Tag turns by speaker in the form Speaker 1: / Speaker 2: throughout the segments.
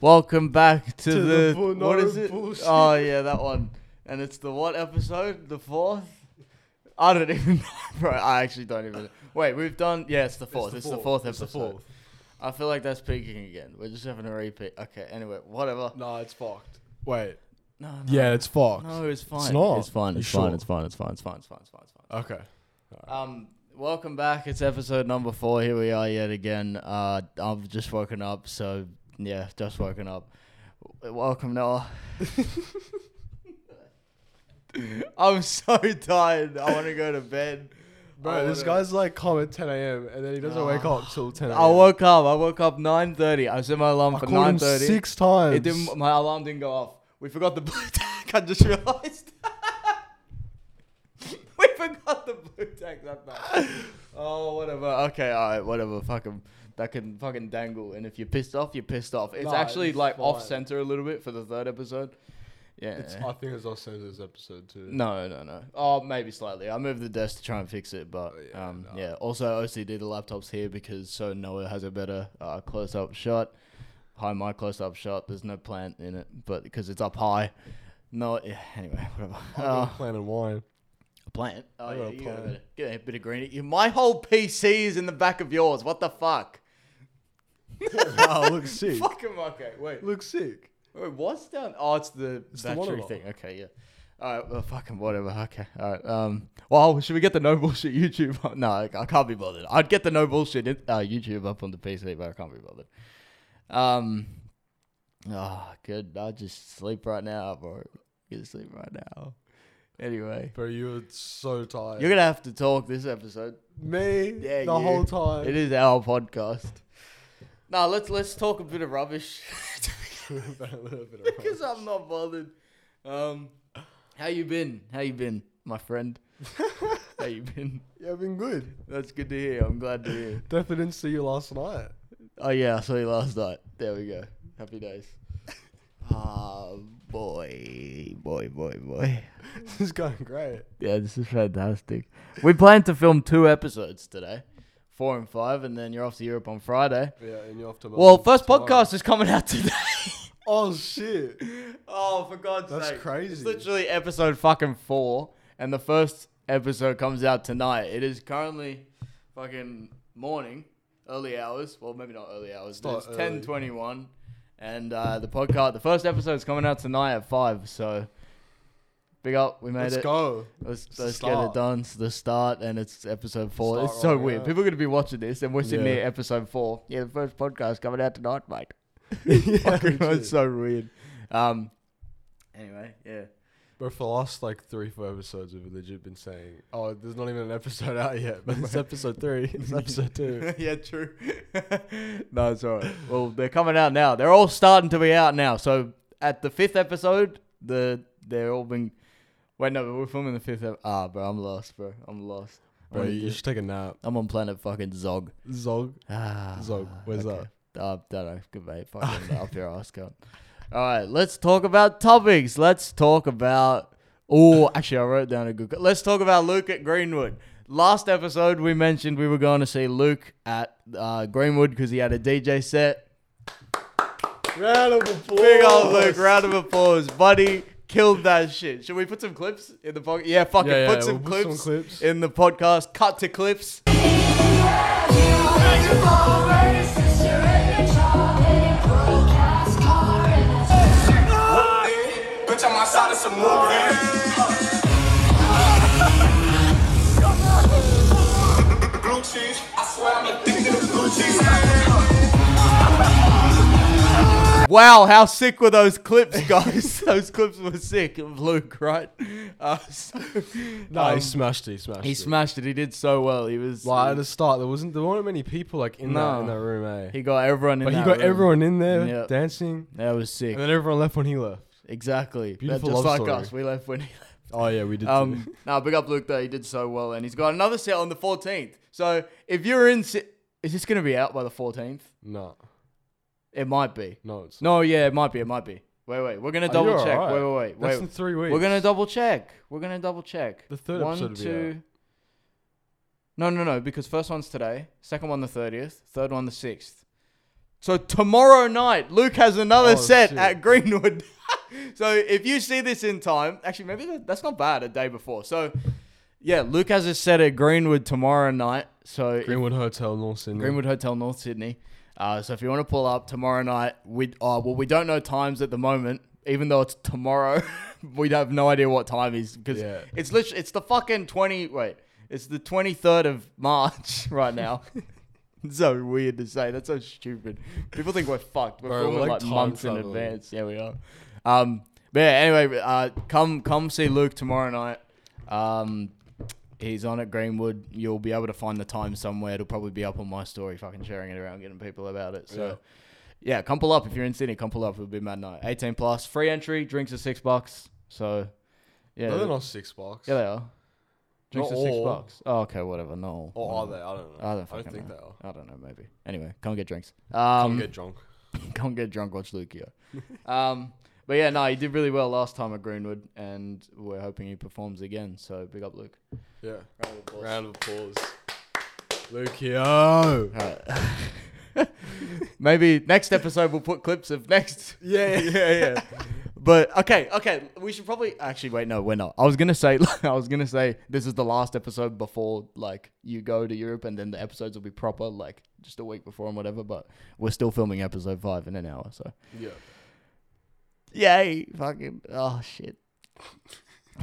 Speaker 1: Welcome back to, the,
Speaker 2: To the bu-
Speaker 1: what is
Speaker 2: no
Speaker 1: it?
Speaker 2: bullshit.
Speaker 1: Oh yeah, that one. And it's the what episode? The fourth? I don't even know, bro. I actually don't even. Wait, we've done. Yeah, it's the fourth. It's the fourth,
Speaker 2: It's the
Speaker 1: episode.
Speaker 2: fourth.
Speaker 1: I feel like that's peaking again. We're just having a repeat. Okay. Anyway, whatever.
Speaker 2: Nah, it's fucked. Wait.
Speaker 1: No. no
Speaker 2: Yeah, it's fucked.
Speaker 1: No, it's fine.
Speaker 2: not.
Speaker 1: It's fine.
Speaker 2: You
Speaker 1: It's fine.
Speaker 2: sure?
Speaker 1: It's fine. It's fine. It's fine. It's fine. It's fine. It's fine.
Speaker 2: Okay.
Speaker 1: Um, welcome back. It's episode number four. Here we are yet again. Uh, I've just woken up, so yeah, just woken up. W- Welcome, Noah. I'm so tired. I want to go to bed.
Speaker 2: Bro,
Speaker 1: I
Speaker 2: this
Speaker 1: wanna-
Speaker 2: guy's like calm at 10 a.m. and then he doesn't wake up till 10 a.m.
Speaker 1: I woke up. I woke up 9:30. I set my alarm
Speaker 2: Oh, I
Speaker 1: for
Speaker 2: called him
Speaker 1: 9:30.
Speaker 2: six times.
Speaker 1: It didn't. My alarm didn't go off. We forgot the blue tack. I just realized. we forgot the blue tack that night. Oh, whatever. Okay, all right, whatever. Fucking that can fucking dangle. And if you're pissed off, you're pissed off. It's
Speaker 2: Nah,
Speaker 1: actually
Speaker 2: it's
Speaker 1: like off
Speaker 2: fine.
Speaker 1: center a little bit for the third episode. Yeah.
Speaker 2: It's, I think it's also this episode too.
Speaker 1: no, no, no. Oh, maybe slightly. I moved the desk to try and fix it, but
Speaker 2: Oh, yeah,
Speaker 1: um,
Speaker 2: no.
Speaker 1: yeah. Also, OCD the laptops here because so Noah has a better uh, close-up shot. High my close-up shot. There's no plant in it, but because it's up high. No, yeah, anyway, whatever.
Speaker 2: I
Speaker 1: Uh,
Speaker 2: got a plan and wine.
Speaker 1: plant. Oh
Speaker 2: I
Speaker 1: yeah,
Speaker 2: got a
Speaker 1: you got a
Speaker 2: plant.
Speaker 1: bit of, get a bit of green. You- My whole PC is in the back of yours. What the fuck?
Speaker 2: wow, looks sick.
Speaker 1: Fucking okay. Wait,
Speaker 2: Looks sick.
Speaker 1: Wait, what's down? Oh, it's the
Speaker 2: It's the
Speaker 1: battery
Speaker 2: monitor.
Speaker 1: thing. Okay, yeah. All right, well, fucking whatever. Okay, all right. Um, well, should we get the no bullshit YouTube? up? no, I, I can't be bothered. I'd get the no bullshit in- uh, YouTube up on the PC, but I can't be bothered. Um, oh, good. I'll just sleep right now, bro. Get to sleep right now. Anyway,
Speaker 2: Bro, you were so tired.
Speaker 1: you're gonna have to talk this episode.
Speaker 2: me
Speaker 1: Yeah,
Speaker 2: the
Speaker 1: you.
Speaker 2: whole time.
Speaker 1: It is our podcast. Now let's let's talk a bit of rubbish.
Speaker 2: About a little bit of
Speaker 1: because I'm not bothered. Um, how you been? How you been, my friend? how you been?
Speaker 2: Yeah, I've been good.
Speaker 1: That's good to hear. I'm glad to hear.
Speaker 2: Definitely didn't see you last night.
Speaker 1: Oh yeah, I saw you last night. There we go. Happy days. Ah, boy, boy, boy, boy.
Speaker 2: this is going great.
Speaker 1: Yeah, this is fantastic. We plan to film two episodes today, four and five, and then you're off to Europe on Friday.
Speaker 2: Yeah, and you're off to
Speaker 1: Well, first
Speaker 2: tomorrow.
Speaker 1: podcast is coming out today.
Speaker 2: Oh shit.
Speaker 1: Oh, for God's
Speaker 2: That's
Speaker 1: sake. It's
Speaker 2: crazy.
Speaker 1: literally episode fucking four, and the first episode comes out tonight. It is currently fucking morning, early hours. Well, maybe not early hours. but
Speaker 2: not
Speaker 1: It's
Speaker 2: early.
Speaker 1: ten twenty one, and uh, the podcast, the first episode is coming out tonight at five. So, big up, we made
Speaker 2: Let's
Speaker 1: it.
Speaker 2: go.
Speaker 1: Let's
Speaker 2: the
Speaker 1: let's get it
Speaker 2: start.
Speaker 1: done. It's the start, and it's episode four.
Speaker 2: Start
Speaker 1: it's so
Speaker 2: rolling
Speaker 1: weird.
Speaker 2: out.
Speaker 1: People are gonna be watching this, and we're sitting
Speaker 2: Yeah.
Speaker 1: here episode four. Yeah, the first podcast coming out tonight, mate.
Speaker 2: yeah,
Speaker 1: Fucking,
Speaker 2: legit.
Speaker 1: it's so weird. Um. Anyway, yeah.
Speaker 2: But for the last like three, four episodes, we've legit been saying, "Oh, there's not even an episode out yet." But it's episode three. It's episode two.
Speaker 1: yeah, true. no, it's all right. Well, they're coming out now. They're all starting to be out now. So at the fifth episode, the they're all been. Wait, no, we're filming the fifth. Ep- ah, bro, I'm lost, bro. I'm lost. I'm
Speaker 2: Bro,
Speaker 1: on-
Speaker 2: you should take a nap.
Speaker 1: I'm on planet fucking Zog.
Speaker 2: Zog.
Speaker 1: Ah,
Speaker 2: Zog, where's
Speaker 1: that? Uh, don't know. Good mate. Fucking up your ass, cunt. All right, let's talk about topics. Let's talk about. Oh, actually, I wrote down a good. Let's talk about Luke at Greenwood. Last episode, we mentioned we were going to see Luke at uh, Greenwood because he had a DJ set.
Speaker 2: Round of applause.
Speaker 1: Big old Luke, round of applause, buddy. Killed that shit. Should we put some clips in the podcast? Yeah, fucking
Speaker 2: Yeah, yeah,
Speaker 1: put, some,
Speaker 2: we'll put some
Speaker 1: clips
Speaker 2: clips.
Speaker 1: in the podcast. Cut to clips.
Speaker 3: Bitch, I'm outside of some movies. Blue cheese. I swear I'm addicted to blue cheese.
Speaker 1: Wow, how sick were those clips, guys? those clips were sick of Luke, right? Uh, so,
Speaker 2: No,
Speaker 1: um,
Speaker 2: he smashed it. He smashed
Speaker 1: he
Speaker 2: it.
Speaker 1: smashed it. He did so well. He was
Speaker 2: Like at the start, there wasn't there weren't many people like in that in
Speaker 1: No.
Speaker 2: that room, eh?
Speaker 1: he got everyone in.
Speaker 2: but he
Speaker 1: that
Speaker 2: got
Speaker 1: room.
Speaker 2: everyone in there
Speaker 1: Yep.
Speaker 2: dancing,
Speaker 1: That was sick.
Speaker 2: and then everyone left when he left.
Speaker 1: Exactly. That-
Speaker 2: Beautiful
Speaker 1: just
Speaker 2: love
Speaker 1: like
Speaker 2: story.
Speaker 1: us, we left when he left.
Speaker 2: Oh yeah, we did.
Speaker 1: Um, no, big up Luke though. He did so well, and he's got another set on the 14th. So if you're in, si- is this gonna be out by the 14th?
Speaker 2: no,
Speaker 1: It might be.
Speaker 2: no, it's
Speaker 1: No, yeah, it might be. It might be. Wait, wait. We're gonna
Speaker 2: Oh,
Speaker 1: double
Speaker 2: you're
Speaker 1: check.
Speaker 2: alright.
Speaker 1: Wait, wait, wait.
Speaker 2: That's
Speaker 1: wait.
Speaker 2: in three weeks.
Speaker 1: We're gonna double check. We're gonna double check.
Speaker 2: The third
Speaker 1: one,
Speaker 2: episode will be
Speaker 1: two. No, no, no. Because first one's today. Second one the thirtieth. Third one the sixth. So tomorrow night, Luke has another
Speaker 2: Oh,
Speaker 1: set
Speaker 2: shit.
Speaker 1: at Greenwood. so if you see this in time, actually, maybe that, that's not bad. A day before. So yeah, Luke has a set at Greenwood tomorrow night. So if-
Speaker 2: Greenwood Hotel, North Sydney.
Speaker 1: Greenwood Hotel, North Sydney. Uh, so if you want to pull up tomorrow night, we uh, well we don't know times at the moment. Even though it's tomorrow, we have no idea what time is because
Speaker 2: Yeah.
Speaker 1: it's literally it's the fucking twenty. Wait, it's the twenty third of March right now. It's so weird to say. That's so stupid. People think we're fucked. We're
Speaker 2: Bro,
Speaker 1: filming
Speaker 2: we're like
Speaker 1: like,
Speaker 2: time
Speaker 1: months in
Speaker 2: traveling.
Speaker 1: advance. Yeah, we are. Um, but yeah, anyway, uh, come come see Luke tomorrow night. Um, he's on at Greenwood. You'll be able to find the time somewhere. It'll probably be up on my story, fucking sharing it around, getting people about it. So. Yeah, come pull up if you're in Sydney. Come pull up; it'll be mad night. 18 plus, free entry. Drinks are six bucks. So, yeah,
Speaker 2: No, they're not six bucks.
Speaker 1: yeah, they are. Drinks
Speaker 2: Not
Speaker 1: are six
Speaker 2: all.
Speaker 1: bucks. Oh, okay, whatever. No, all.
Speaker 2: Or
Speaker 1: No.
Speaker 2: are they? I don't know.
Speaker 1: I don't,
Speaker 2: I
Speaker 1: fucking
Speaker 2: don't think
Speaker 1: know.
Speaker 2: they are.
Speaker 1: I don't know. Maybe. Anyway, come get drinks.
Speaker 2: Come
Speaker 1: Um,
Speaker 2: get drunk.
Speaker 1: come get drunk. Watch Lucio. um, but yeah, no, he did really well last time at Greenwood, and we're hoping he performs again. So big up, Luke.
Speaker 2: Yeah.
Speaker 1: Round of applause.
Speaker 2: Round of applause. Lucio.
Speaker 1: Alright. Maybe next episode we'll put clips of next.
Speaker 2: Yeah, yeah, yeah.
Speaker 1: But okay, okay, we should probably actually wait. No, we're not. I was gonna say, I was gonna say this is the last episode before like you go to Europe, and then the episodes will be proper like just a week before and whatever. But we're still filming episode five in an hour, so
Speaker 2: yeah.
Speaker 1: yay! Fucking oh shit.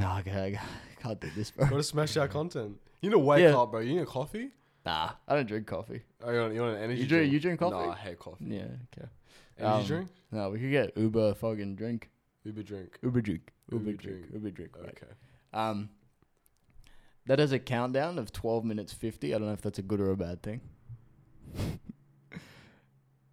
Speaker 1: Oh, okay, I can't do this, bro.
Speaker 2: Gotta smash our content. You need to wake
Speaker 1: Yeah.
Speaker 2: up, bro. You need a coffee?
Speaker 1: Nah, I don't drink coffee.
Speaker 2: Oh, you want, you want an energy
Speaker 1: You drink-
Speaker 2: drink?
Speaker 1: you drink coffee?
Speaker 2: No, I hate coffee.
Speaker 1: Yeah, okay.
Speaker 2: Energy
Speaker 1: Um,
Speaker 2: drink?
Speaker 1: No, we could get Uber fucking drink.
Speaker 2: Uber drink.
Speaker 1: Uber drink.
Speaker 2: Uber
Speaker 1: Uber drink.
Speaker 2: drink.
Speaker 1: Uber drink. Right.
Speaker 2: Okay.
Speaker 1: Um, that has a countdown of 12 minutes 50. I don't know if that's a good or a bad thing.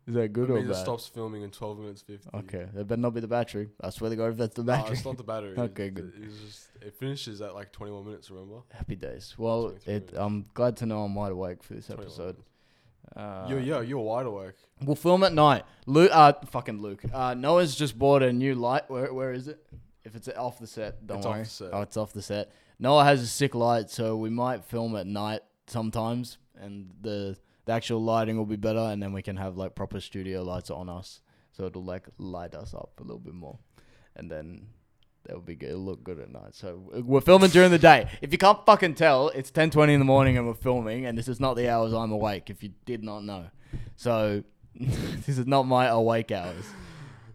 Speaker 1: Is that good
Speaker 2: It
Speaker 1: or
Speaker 2: means it
Speaker 1: bad?
Speaker 2: stops filming in 12 minutes 50.
Speaker 1: Okay, that better not be the battery. I swear to God, if that's the
Speaker 2: No,
Speaker 1: battery.
Speaker 2: it's not the battery.
Speaker 1: Okay,
Speaker 2: It's-
Speaker 1: good.
Speaker 2: It's just, it finishes at like 21 minutes, remember?
Speaker 1: Happy days. Well,
Speaker 2: 23
Speaker 1: it,
Speaker 2: minutes.
Speaker 1: I'm glad to know I'm wide awake for this
Speaker 2: 21
Speaker 1: episode.
Speaker 2: minutes.
Speaker 1: Uh,
Speaker 2: yo, yo, you're wide awake.
Speaker 1: We'll film at night. Luke, uh, fucking Luke. Uh, Noah's just bought a new light. Where, where is it? If it's off the set, don't
Speaker 2: It's off
Speaker 1: worry.
Speaker 2: the set.
Speaker 1: Oh, it's off the set. Noah has a sick light, so we might film at night sometimes, and the the actual lighting will be better, and then we can have like proper studio lights on us, so it'll like light us up a little bit more, and then. That'll be good. It'll look good at night. So uh, we're filming during the day. If you can't fucking tell, it's ten twenty in the morning and we're filming, and this is not the hours I'm awake. If you did not know, so this is not my awake hours.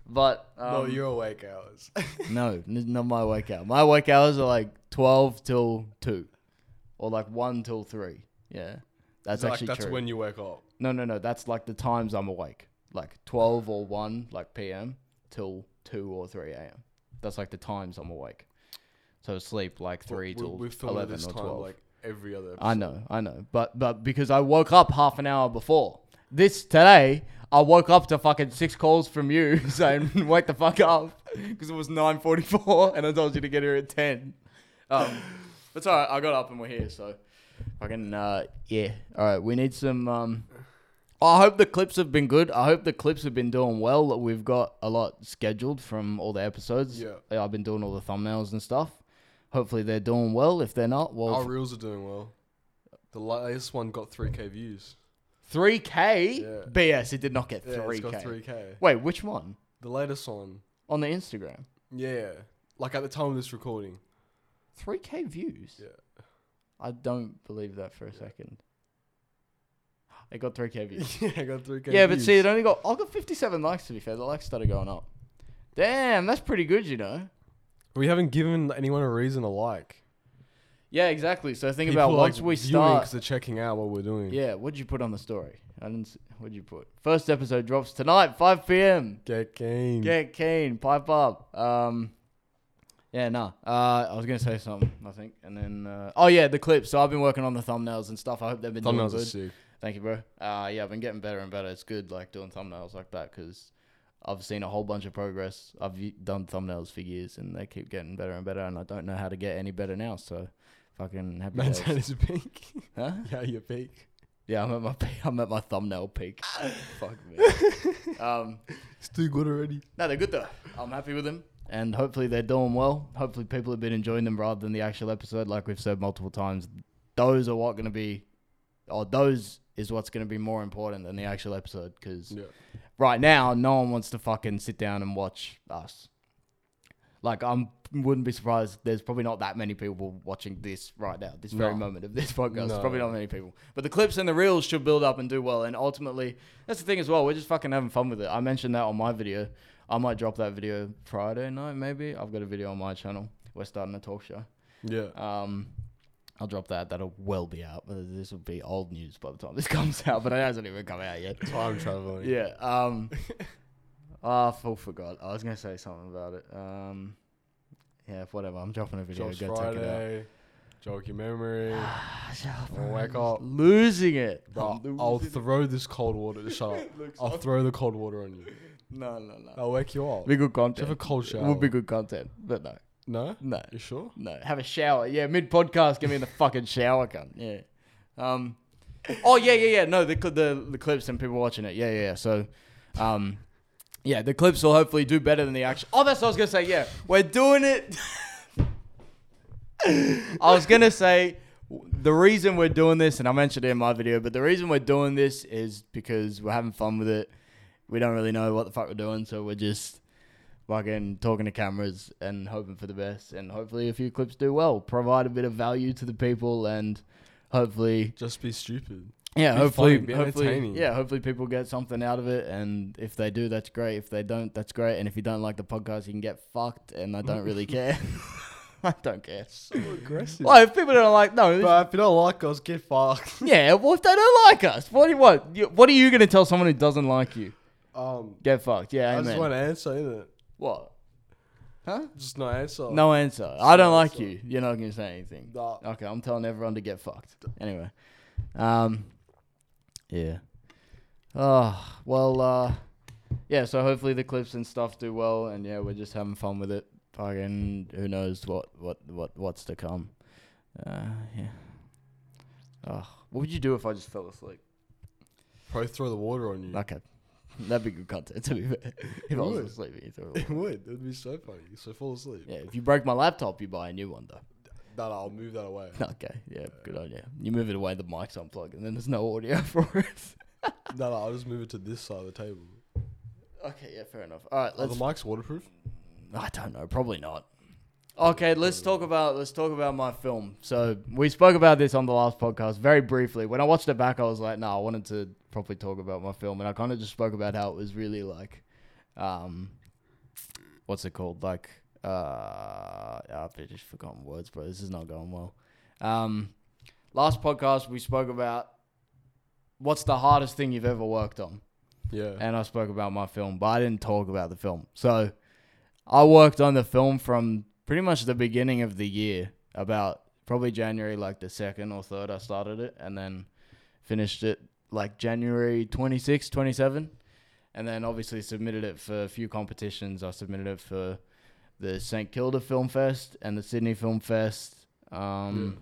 Speaker 1: But um,
Speaker 2: no, you're awake hours.
Speaker 1: no, n- not my wake hour. My wake hours are like twelve till two, or like one till three. Yeah, that's
Speaker 2: like,
Speaker 1: actually
Speaker 2: that's
Speaker 1: true.
Speaker 2: when you wake up.
Speaker 1: no, no, no. That's like the times I'm awake, like twelve or one, like p.m. till two or three a.m. That's like the times I'm awake. So sleep like three
Speaker 2: we,
Speaker 1: till
Speaker 2: we film at
Speaker 1: eleven
Speaker 2: this
Speaker 1: or
Speaker 2: time
Speaker 1: twelve.
Speaker 2: like every other episode.
Speaker 1: I know, I know, but but because I woke up half an hour before this today, I woke up to fucking six calls from you saying wake the fuck up because it was nine forty four and I told you to get here at ten. Um, that's alright. I got up and we're here, so fucking uh, yeah. All right, we need some. Um, I hope the clips have been good. I hope the clips have been doing well. We've got a lot scheduled from all the episodes.
Speaker 2: Yeah.
Speaker 1: I've been doing all the thumbnails and stuff. Hopefully they're doing well. If they're not, well,
Speaker 2: Our reels are doing well. The latest one got 3k views.
Speaker 1: Three K
Speaker 2: Yeah.
Speaker 1: BS. It did not get
Speaker 2: Yeah,
Speaker 1: three
Speaker 2: it's got
Speaker 1: K.
Speaker 2: 3k.
Speaker 1: Wait, which one?
Speaker 2: The latest one.
Speaker 1: On the Instagram,
Speaker 2: Yeah. Like at the time of this recording.
Speaker 1: three K views.
Speaker 2: Yeah.
Speaker 1: I don't believe that for a second. It got three K views.
Speaker 2: yeah, I got 3k.
Speaker 1: yeah, but
Speaker 2: views.
Speaker 1: see, it only got I got fifty seven likes. To be fair, the likes started going up. Damn, that's pretty good, you know.
Speaker 2: we haven't given anyone a reason to like.
Speaker 1: Yeah, exactly. So think
Speaker 2: People
Speaker 1: about
Speaker 2: are,
Speaker 1: once
Speaker 2: like,
Speaker 1: we
Speaker 2: viewing
Speaker 1: start.
Speaker 2: 'cause they're checking out what we're doing.
Speaker 1: Yeah, what'd you put on the story? I didn't. See, what'd you put? First episode drops tonight, five p.m.
Speaker 2: Get game.
Speaker 1: Get keen, pipe up. Um, yeah, nah. Uh, I was gonna say something, I think, and then uh, oh yeah, the clips. So I've been working on the thumbnails and stuff. I hope they've been
Speaker 2: Thumbnails
Speaker 1: doing
Speaker 2: are
Speaker 1: good.
Speaker 2: sick.
Speaker 1: Thank you, bro. Uh, yeah, I've been getting better and better. It's good, like doing thumbnails like that, because I've seen a whole bunch of progress. I've y- done thumbnails for years, and they keep getting better and better, and I don't know how to get any better now. So, fucking happy
Speaker 2: Maintain
Speaker 1: days.
Speaker 2: his peak.
Speaker 1: Huh?
Speaker 2: yeah, your peak.
Speaker 1: Yeah, I'm at my pe- I'm at my thumbnail peak. Fuck me. Um.
Speaker 2: It's too good already.
Speaker 1: No, they're good though. I'm happy with them, and hopefully they're doing well. Hopefully people have been enjoying them rather than the actual episode, like we've said multiple times. Those are what going to be, or those is what's going to be more important than the actual episode because
Speaker 2: Yeah.
Speaker 1: right now, no one wants to fucking sit down and watch us. Like, I'm wouldn't be surprised. There's probably not that many people watching this right now, this very
Speaker 2: No.
Speaker 1: moment of this podcast. There's Probably
Speaker 2: No.
Speaker 1: not many people, but the clips and the reels should build up and do well. And ultimately, that's the thing as well. We're just fucking having fun with it. I mentioned that on my video. I might drop that video Friday night, maybe. I've got a video on my channel. We're starting a talk show.
Speaker 2: Yeah.
Speaker 1: Um, I'll drop that. That'll well be out. But this will be old news by the time this comes out. But it hasn't even come out yet.
Speaker 2: Time traveling.
Speaker 1: Yeah. Um. Ah, I full forgot. I was gonna say something about it. Um. Yeah, whatever. I'm dropping a video.
Speaker 2: Jobs
Speaker 1: Go check it out.
Speaker 2: Friday. Joke your memory.
Speaker 1: Ah, shut up,
Speaker 2: I'll
Speaker 1: bro.
Speaker 2: wake
Speaker 1: I'm
Speaker 2: up.
Speaker 1: Losing it.
Speaker 2: Bro,
Speaker 1: I'm
Speaker 2: I'll
Speaker 1: losing
Speaker 2: throw this cold water. Shut up.
Speaker 1: Looks
Speaker 2: I'll throw the cold water on you.
Speaker 1: it. No, no, no.
Speaker 2: I'll wake you up.
Speaker 1: Be good
Speaker 2: Just
Speaker 1: content.
Speaker 2: have a cold
Speaker 1: it
Speaker 2: shower.
Speaker 1: would be good content, but no,
Speaker 2: No?
Speaker 1: no,
Speaker 2: You sure?
Speaker 1: no. Have a shower. Yeah, mid podcast, give me in the fucking shower, cunt. Yeah. Um. Oh yeah, yeah, yeah. No, the cl- the the clips and people watching it. Yeah, yeah. yeah. So, um, yeah, the clips will hopefully do better than the action. Oh, that's what I was gonna say. Yeah, we're doing it. I was gonna say w- the reason we're doing this, and I mentioned it in my video, but the reason we're doing this is because we're having fun with it. We don't really know what the fuck we're doing, so we're just fucking talking to cameras and hoping for the best, and hopefully a few clips do well, provide a bit of value to the people, and hopefully,
Speaker 2: Just be stupid.
Speaker 1: yeah,
Speaker 2: Be
Speaker 1: hopefully,
Speaker 2: funny, be
Speaker 1: hopefully,
Speaker 2: entertaining.
Speaker 1: yeah, hopefully people get something out of it, and if they do, that's great. If they don't, that's great. And if you don't like the podcast, you can get fucked, and I don't really care. I don't care.
Speaker 2: So aggressive.
Speaker 1: Well, if people don't like, no, this-
Speaker 2: Bro, if you don't like us, get fucked.
Speaker 1: yeah. Well, if they don't like us, what do you what? You, what are you gonna tell someone who doesn't like you?
Speaker 2: Um,
Speaker 1: Get fucked. Yeah,
Speaker 2: I
Speaker 1: amen.
Speaker 2: just want to answer, innit?
Speaker 1: what?
Speaker 2: Just no answer.
Speaker 1: No answer. I don't
Speaker 2: no
Speaker 1: like
Speaker 2: answer.
Speaker 1: you. You're not gonna say anything.
Speaker 2: Nah.
Speaker 1: Okay, I'm telling everyone to get fucked. Anyway, um, yeah. Oh well, uh, yeah. So hopefully the clips and stuff do well, and yeah, we're just having fun with it. Fucking who knows what what what what's to come. Uh, yeah. Oh, what would you do if I just fell asleep?
Speaker 2: Probably throw the water on you.
Speaker 1: Okay, that'd be good content to be fair. If I was
Speaker 2: would.
Speaker 1: asleep, you throw it
Speaker 2: It
Speaker 1: away.
Speaker 2: would. It would be so funny. So fall asleep.
Speaker 1: yeah. If you break my laptop, you buy a new one though.
Speaker 2: No, no, I'll move that away.
Speaker 1: Okay, yeah, good idea. You move it away, the mic's unplugged, and then there's no audio for it.
Speaker 2: no, no, I'll just move it to this side of the table.
Speaker 1: okay, yeah, fair enough. All right,
Speaker 2: Are
Speaker 1: let's.
Speaker 2: the mics waterproof?
Speaker 1: I don't know, probably not. Okay, let's talk about let's talk about my film. So we spoke about this on the last podcast very briefly. When I watched it back, I was like, no, I wanted to properly talk about my film, and I kind of just spoke about how it was really like, um, what's it called? Like, uh, I've just forgotten words, bro. This is not going well. Um, last podcast we spoke about what's the hardest thing you've ever worked on
Speaker 2: Yeah.
Speaker 1: and I spoke about my film, but I didn't talk about the film. So I worked on the film from pretty much the beginning of the year, about probably January, like the second or third, I started it, and then finished it like January 26, 27. And then obviously submitted it for a few competitions. I submitted it for the St. Kilda Film Fest and the Sydney Film Fest. Um,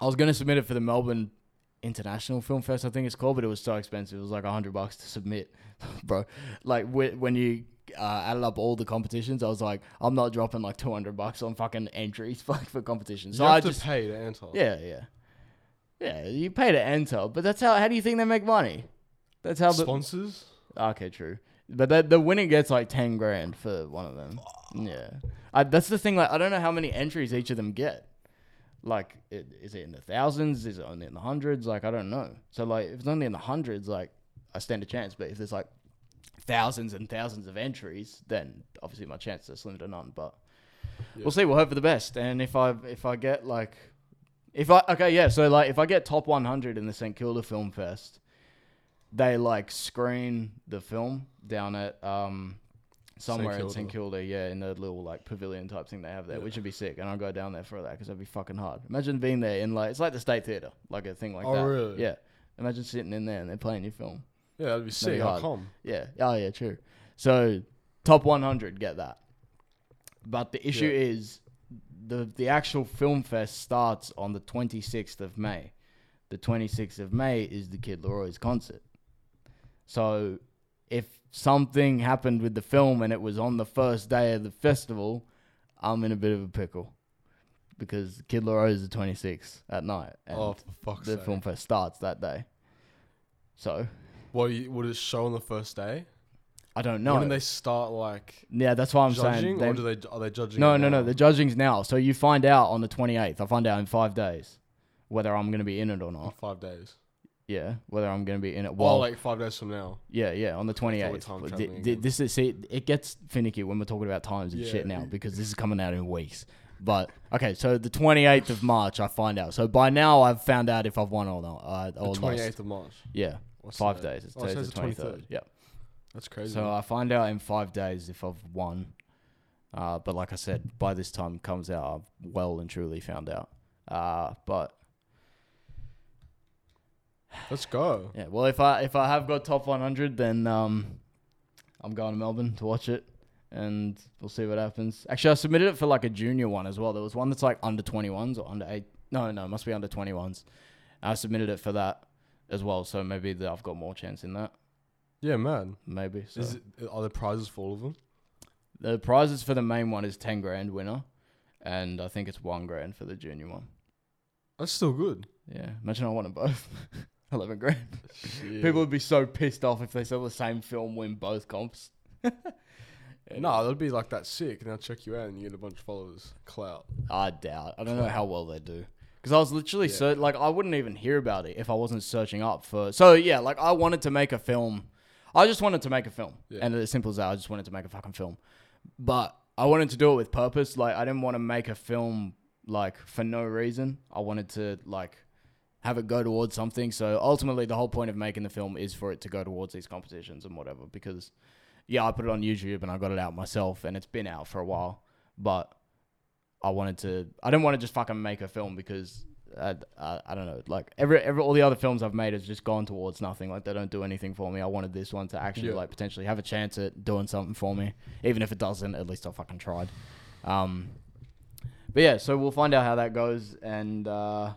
Speaker 1: I was going to submit it for the Melbourne International Film Fest, I think it's called, but it was so expensive. It was like a hundred bucks to submit, bro. Like whe- when you uh, added up all the competitions, I was like, I'm not dropping like two hundred bucks on fucking entries like for competitions. So
Speaker 2: you have
Speaker 1: I
Speaker 2: to
Speaker 1: just
Speaker 2: pay to enter.
Speaker 1: yeah, yeah, yeah. You pay to enter, but that's how. How do you think they make money? That's how the
Speaker 2: Sponsors?
Speaker 1: okay, true. But the the winner gets like ten grand for one of them. Yeah, I, that's the thing. Like, I don't know how many entries each of them get. Like, it, is it in the thousands? Is it only in the hundreds? Like, I don't know. So like, if it's only in the hundreds, like, I stand a chance. But if there's like thousands and thousands of entries, then obviously my chances are slim to none. But
Speaker 2: Yeah.
Speaker 1: we'll see. We'll hope for the best. And if I if I get like if I okay yeah, so like if I get top 100 in the St Kilda Film Fest, they like screen the film down at um somewhere in
Speaker 2: Kilda.
Speaker 1: St Kilda, yeah, in the little like pavilion type thing they have there, which would be sick. And I'll go down there for that because that'd be fucking hard. Imagine being there in like it's like the State Theatre, like a thing like
Speaker 2: Oh,
Speaker 1: that.
Speaker 2: really?
Speaker 1: Yeah. Imagine sitting in there and they're playing your film.
Speaker 2: Yeah, that'd be sick.
Speaker 1: hard.
Speaker 2: I'll come.
Speaker 1: Yeah. Oh yeah, true. So top 100 get that. But the issue is the the actual film fest starts on the 26th of May. The 26th of May is the Kid Leroy's concert. So if something happened with the film and it was on the first day of the festival, I'm in a bit of a pickle because Kid Leroy is the 26th at night and
Speaker 2: Oh, for fuck's
Speaker 1: the
Speaker 2: sake.
Speaker 1: film fest starts that day. So
Speaker 2: What, you, would it show on the first day?
Speaker 1: I don't know.
Speaker 2: When did they start like
Speaker 1: yeah, that's why I'm saying.
Speaker 2: judging,
Speaker 1: They,
Speaker 2: or do they are they judging?
Speaker 1: no,
Speaker 2: it
Speaker 1: no, no.
Speaker 2: now?
Speaker 1: The judging's now. So you find out on the 28th. I find out in five days whether I'm going to be in it or
Speaker 2: In
Speaker 1: not.
Speaker 2: Oh, five days.
Speaker 1: Yeah, whether I'm going to be in it.
Speaker 2: Well,
Speaker 1: Well,
Speaker 2: Oh, like five days from now.
Speaker 1: yeah, yeah, on the 28th.
Speaker 2: time
Speaker 1: But thi-
Speaker 2: traveling
Speaker 1: thi-
Speaker 2: again.
Speaker 1: this is see, it gets finicky when we're talking about times and shit
Speaker 2: Yeah.
Speaker 1: now because this is coming out in weeks. But okay, so the 28th of March, I find out. So by now, I've found out if I've won or not. Uh,
Speaker 2: The
Speaker 1: or
Speaker 2: twenty
Speaker 1: lost.
Speaker 2: eighth of March.
Speaker 1: Yeah,
Speaker 2: What's
Speaker 1: five
Speaker 2: today?
Speaker 1: days. It's
Speaker 2: Oh, so
Speaker 1: today's
Speaker 2: it's
Speaker 1: the
Speaker 2: the
Speaker 1: 23rd.
Speaker 2: 23rd.
Speaker 1: Yeah.
Speaker 2: That's crazy.
Speaker 1: So uh, I find out in five days if I've won. Uh, but like I said, by this time it comes out, I've well and truly found out. Uh, but
Speaker 2: Let's go.
Speaker 1: yeah, well, if I if I have got top 100, then um, I'm going to Melbourne to watch it, and we'll see what happens. Actually, I submitted it for like a junior one as well. There was one that's like under 21s or under eight. No, no, it must be under 21s. I submitted it for that as well, so maybe that I've got more chance in that.
Speaker 2: Yeah, man.
Speaker 1: Maybe. So.
Speaker 2: Is it, are there prizes for all of them?
Speaker 1: The prizes for the main one is ten grand winner, and I think it's one grand for the junior one.
Speaker 2: That's still good.
Speaker 1: Yeah, imagine I won them both. Eleven grand.
Speaker 2: Shit.
Speaker 1: People would be so pissed off if they saw the same film win both comps.
Speaker 2: No, they'd be like that sick, and they'll check you out, and you get a bunch of followers. Clout.
Speaker 1: I doubt. I don't know how well they do. Because I was literally
Speaker 2: Yeah.
Speaker 1: so like I wouldn't even hear about it if I wasn't searching up for. So yeah, like I wanted to make a film. I just wanted to make a film,
Speaker 2: Yeah.
Speaker 1: and as simple as that, I just wanted to make a fucking film. But I wanted to do it with purpose. Like I didn't want to make a film like for no reason. I wanted to like have it go towards something. So ultimately, the whole point of making the film is for it to go towards these competitions and whatever. Because yeah, I put it on YouTube and I got it out myself, and it's been out for a while. But I wanted to. I didn't want to just fucking make a film because I, I, I don't know. Like every every all the other films I've made has just gone towards nothing. Like they don't do anything for me. I wanted this one to actually
Speaker 2: Yeah.
Speaker 1: like potentially have a chance at doing something for me. Even if it doesn't, at least I fucking tried. Um, but yeah, so we'll find out how that goes and. uh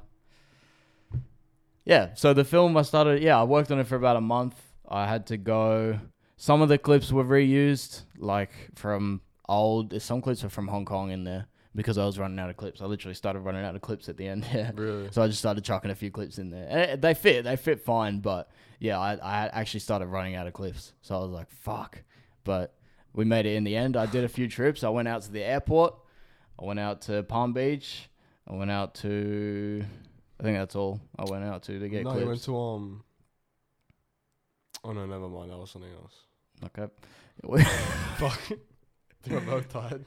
Speaker 1: yeah, so the film I started, yeah, I worked on it for about a month. I had to go. Some of the clips were reused, like from old. Some clips are from Hong Kong in there because I was running out of clips. I literally started running out of clips at the end. Yeah.
Speaker 2: Really?
Speaker 1: So I just started chucking a few clips in there. And it- they fit, they fit fine, but yeah, I, I actually started running out of clips. So I was like, fuck. But we made it in the end. I did a few trips. I went out to the airport. I went out to Palm Beach. I went out to, I think that's all I went out to to get
Speaker 2: no,
Speaker 1: clips.
Speaker 2: you went to um. Oh no, never mind. That was something else.
Speaker 1: okay.
Speaker 2: Fuck. We're both tired.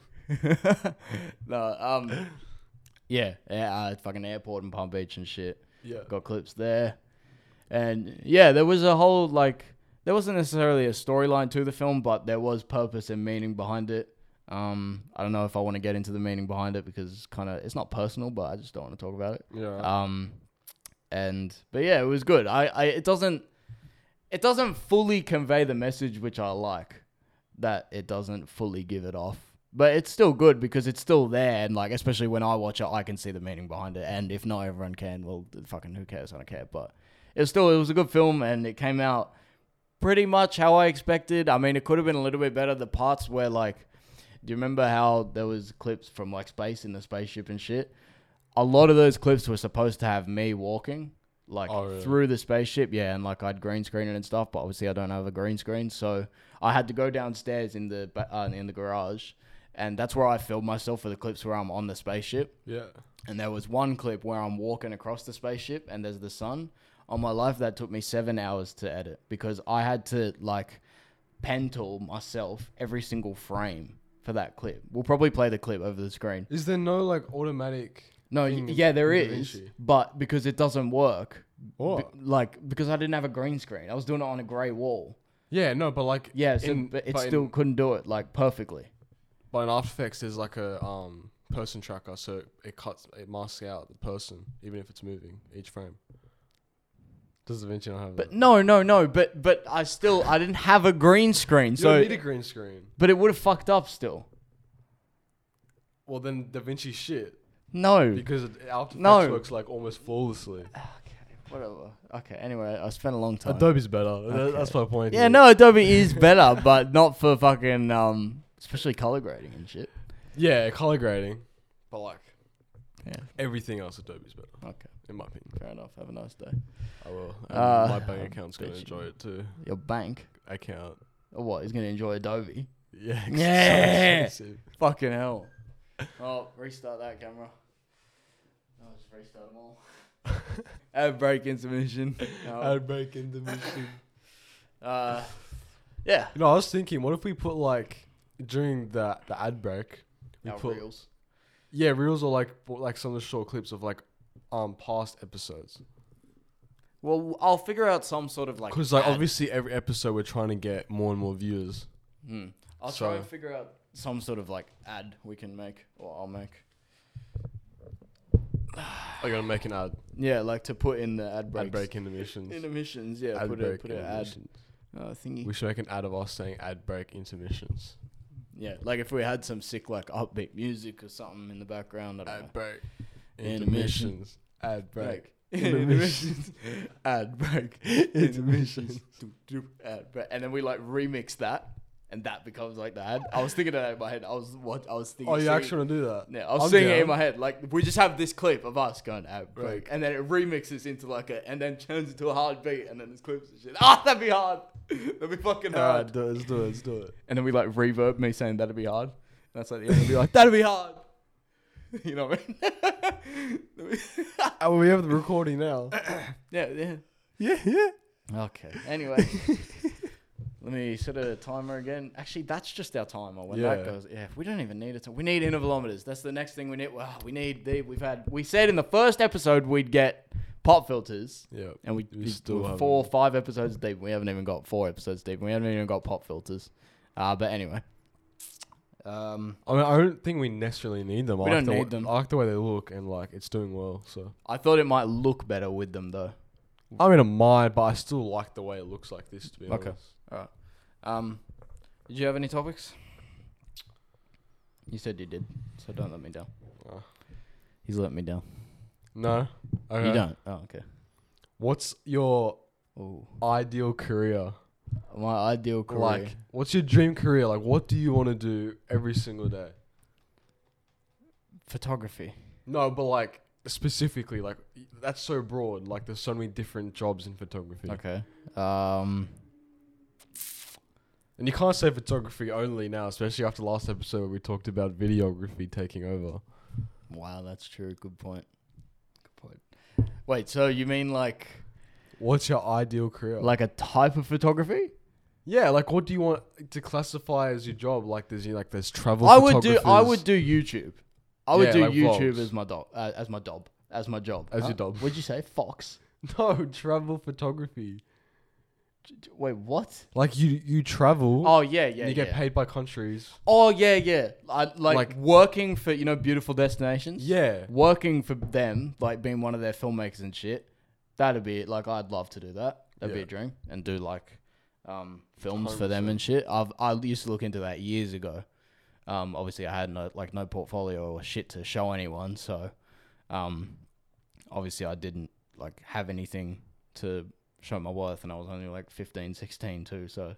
Speaker 1: no, um, yeah, yeah, uh, fucking airport in Palm Beach and shit.
Speaker 2: Yeah.
Speaker 1: got clips there and yeah there was a whole like there wasn't necessarily a storyline to the film but there was purpose and meaning behind it um i don't know if i want to get into the meaning behind it because it's kind of it's not personal but i just don't want to talk about it
Speaker 2: Yeah.
Speaker 1: um and but yeah it was good i i it doesn't it doesn't fully convey the message which i like that it doesn't fully give it off but it's still good because it's still there and like especially when i watch it i can see the meaning behind it and if not everyone can well th- fucking who cares i don't care but it was still it was a good film and it came out pretty much how i expected i mean it could have been a little bit better the parts where like do you remember how there was clips from like space in the spaceship and shit a lot of those clips were supposed to have me walking like
Speaker 2: Oh, really?
Speaker 1: through the spaceship yeah and like i'd green screen it and stuff but obviously i don't have a green screen so i had to go downstairs in the ba- uh, in the garage and that's where i filmed myself for the clips where i'm on the spaceship
Speaker 2: yeah.
Speaker 1: and there was one clip where I'm walking across the spaceship and there's the sun. On my life, that took me seven hours to edit because I had to like pen tool myself every single frame for that clip. We'll probably play the clip over the screen.
Speaker 2: Is there no like automatic?
Speaker 1: No, y-
Speaker 2: thing
Speaker 1: yeah, there
Speaker 2: in Da
Speaker 1: is,
Speaker 2: Vinci?
Speaker 1: but because it doesn't work, b-
Speaker 2: What?
Speaker 1: like because I didn't have a green screen, I was doing it on a grey wall.
Speaker 2: Yeah, no, but like
Speaker 1: Yeah, so
Speaker 2: in-
Speaker 1: but it
Speaker 2: but in-
Speaker 1: still couldn't do it like perfectly.
Speaker 2: But in After Effects, there's like a um person tracker, so it, it cuts, it masks out the person, even if it's moving each frame. Does Da Vinci not have
Speaker 1: But
Speaker 2: that?
Speaker 1: no, no, no. But but I still I didn't have a green screen,
Speaker 2: You don't
Speaker 1: so
Speaker 2: need a green screen.
Speaker 1: but it would have fucked up still.
Speaker 2: Well, then Da Vinci shit
Speaker 1: No,
Speaker 2: because it- After Effects
Speaker 1: No.
Speaker 2: works like almost flawlessly.
Speaker 1: Whatever. Okay. Anyway, I spent a long time.
Speaker 2: Adobe's better. That- That's my point.
Speaker 1: yeah,
Speaker 2: here.
Speaker 1: no, Adobe is better, but not for fucking um, especially color grading and shit.
Speaker 2: Yeah, color grading, but like
Speaker 1: Yeah.
Speaker 2: everything else, Adobe's better
Speaker 1: Okay.
Speaker 2: in my opinion.
Speaker 1: Fair enough. Have a nice day.
Speaker 2: I will. And
Speaker 1: Uh,
Speaker 2: my bank account's gonna
Speaker 1: bitch.
Speaker 2: enjoy it too.
Speaker 1: Your bank.
Speaker 2: Account.
Speaker 1: Or what? He's gonna enjoy Adobe.
Speaker 2: Yeah. 'cause it's so
Speaker 1: Yeah.
Speaker 2: expensive.
Speaker 1: Fucking hell. Oh, restart that camera. I'll just restart them all. Ad break intermission. No.
Speaker 2: I'd break into mission.
Speaker 1: Uh, yeah.
Speaker 2: You know, I was thinking, what if we put like during the the ad break, we
Speaker 1: Our
Speaker 2: put
Speaker 1: reels.
Speaker 2: yeah reels or like bo- like some of the short clips of like um past episodes
Speaker 1: Well, I'll figure out some sort of like.
Speaker 2: because like
Speaker 1: ad.
Speaker 2: obviously every episode we're trying to get more and more views.
Speaker 1: Hmm. I'll
Speaker 2: So-
Speaker 1: try and figure out some sort of like ad we can make, or I'll make.
Speaker 2: I gotta make an ad
Speaker 1: Yeah, like to put in the ad breaks.
Speaker 2: ad break intermissions.
Speaker 1: Intermissions, yeah.
Speaker 2: ad
Speaker 1: put a
Speaker 2: break
Speaker 1: put an ad
Speaker 2: intermissions.
Speaker 1: uh, thingy.
Speaker 2: We should make an ad of us saying ad break intermissions.
Speaker 1: yeah, like if we had some sick like upbeat music or something in the background. I don't know.
Speaker 2: break
Speaker 1: Intermissions.
Speaker 2: Ad break.
Speaker 1: intermissions, ad break, intermissions, Doop, doop, ad break, and then we like remix that, and that becomes like the ad. I was thinking of that in my head. I was what I was thinking.
Speaker 2: Oh, you
Speaker 1: singing-
Speaker 2: actually want to do that?
Speaker 1: Yeah, I was
Speaker 2: I'm
Speaker 1: seeing it in
Speaker 2: down.
Speaker 1: my head. Like we just have this clip of us going ad break,
Speaker 2: Right.
Speaker 1: and then it remixes into like a, and then turns into a hard beat, and then there's clips and shit. Ah, that'd be hard. that'd be fucking hard.
Speaker 2: Alright, do it, let's do it. Let's do it.
Speaker 1: And then we like reverb me saying that'd be hard. And that's like the end. We'd be like that'd be hard. You know what I mean?
Speaker 2: Oh, we have the recording now.
Speaker 1: yeah, yeah.
Speaker 2: yeah, yeah.
Speaker 1: Okay. Anyway, let me set a timer again. Actually, that's just our timer. When
Speaker 2: Yeah.
Speaker 1: that goes, yeah, we don't even need a time. We need intervalometers. That's the next thing we need. Well, we need the. We've had. We said in the first episode we'd get pop filters,
Speaker 2: Yeah.
Speaker 1: and we,
Speaker 2: We
Speaker 1: we
Speaker 2: still
Speaker 1: we're
Speaker 2: haven't.
Speaker 1: four, five episodes deep. We haven't even got four episodes deep. We haven't even got pop filters. Uh, but anyway, um,
Speaker 2: I mean, I don't think we necessarily need them.
Speaker 1: We
Speaker 2: I like
Speaker 1: don't
Speaker 2: the,
Speaker 1: need
Speaker 2: wa-
Speaker 1: them.
Speaker 2: I like the way they look, and like it's doing well. So
Speaker 1: I thought it might look better with them though.
Speaker 2: I'm in a mind, but I still like the way it looks like this. To be
Speaker 1: Okay.
Speaker 2: honest,
Speaker 1: All right. Um, did you have any topics? You said you did, so don't let me down.
Speaker 2: Uh.
Speaker 1: He's let me down.
Speaker 2: no. Okay.
Speaker 1: You don't. Oh, okay.
Speaker 2: What's your
Speaker 1: Oh,
Speaker 2: ideal career?
Speaker 1: my ideal career.
Speaker 2: Like, what's your dream career? Like, what do you want to do every single day?
Speaker 1: photography.
Speaker 2: No, but like specifically, like y- that's so broad. Like, there's so many different jobs in photography,
Speaker 1: Okay. Um,
Speaker 2: and you can't say photography only now, especially after last episode where we talked about videography taking over.
Speaker 1: wow, that's true. Good point. Good point. Wait, so you mean like
Speaker 2: What's your ideal career?
Speaker 1: like a type of photography?
Speaker 2: Yeah, like what do you want to classify as your job? Like there's you know, like there's travel.
Speaker 1: I would do. I would
Speaker 2: photographers.
Speaker 1: do YouTube. I would
Speaker 2: Yeah,
Speaker 1: do
Speaker 2: like
Speaker 1: YouTube
Speaker 2: vlogs.
Speaker 1: as my dob. Uh, as my job. As my job.
Speaker 2: As your job.
Speaker 1: Would you say Fox?
Speaker 2: no travel photography.
Speaker 1: J- j- Wait, what?
Speaker 2: Like you you travel.
Speaker 1: Oh yeah, yeah.
Speaker 2: and you
Speaker 1: yeah.
Speaker 2: get paid by countries.
Speaker 1: Oh yeah, yeah. I, like,
Speaker 2: Like-
Speaker 1: working for you know beautiful destinations.
Speaker 2: Yeah,
Speaker 1: Working for them, like being one of their filmmakers and shit. That'd be like I'd love to do that. That'd be
Speaker 2: Yeah.
Speaker 1: a dream and do like um, films for them and shit. I've I used to look into that years ago. Um, obviously I had no like no portfolio or shit to show anyone, so um, obviously I didn't like have anything to show my worth and I was only like 15, 16 too, so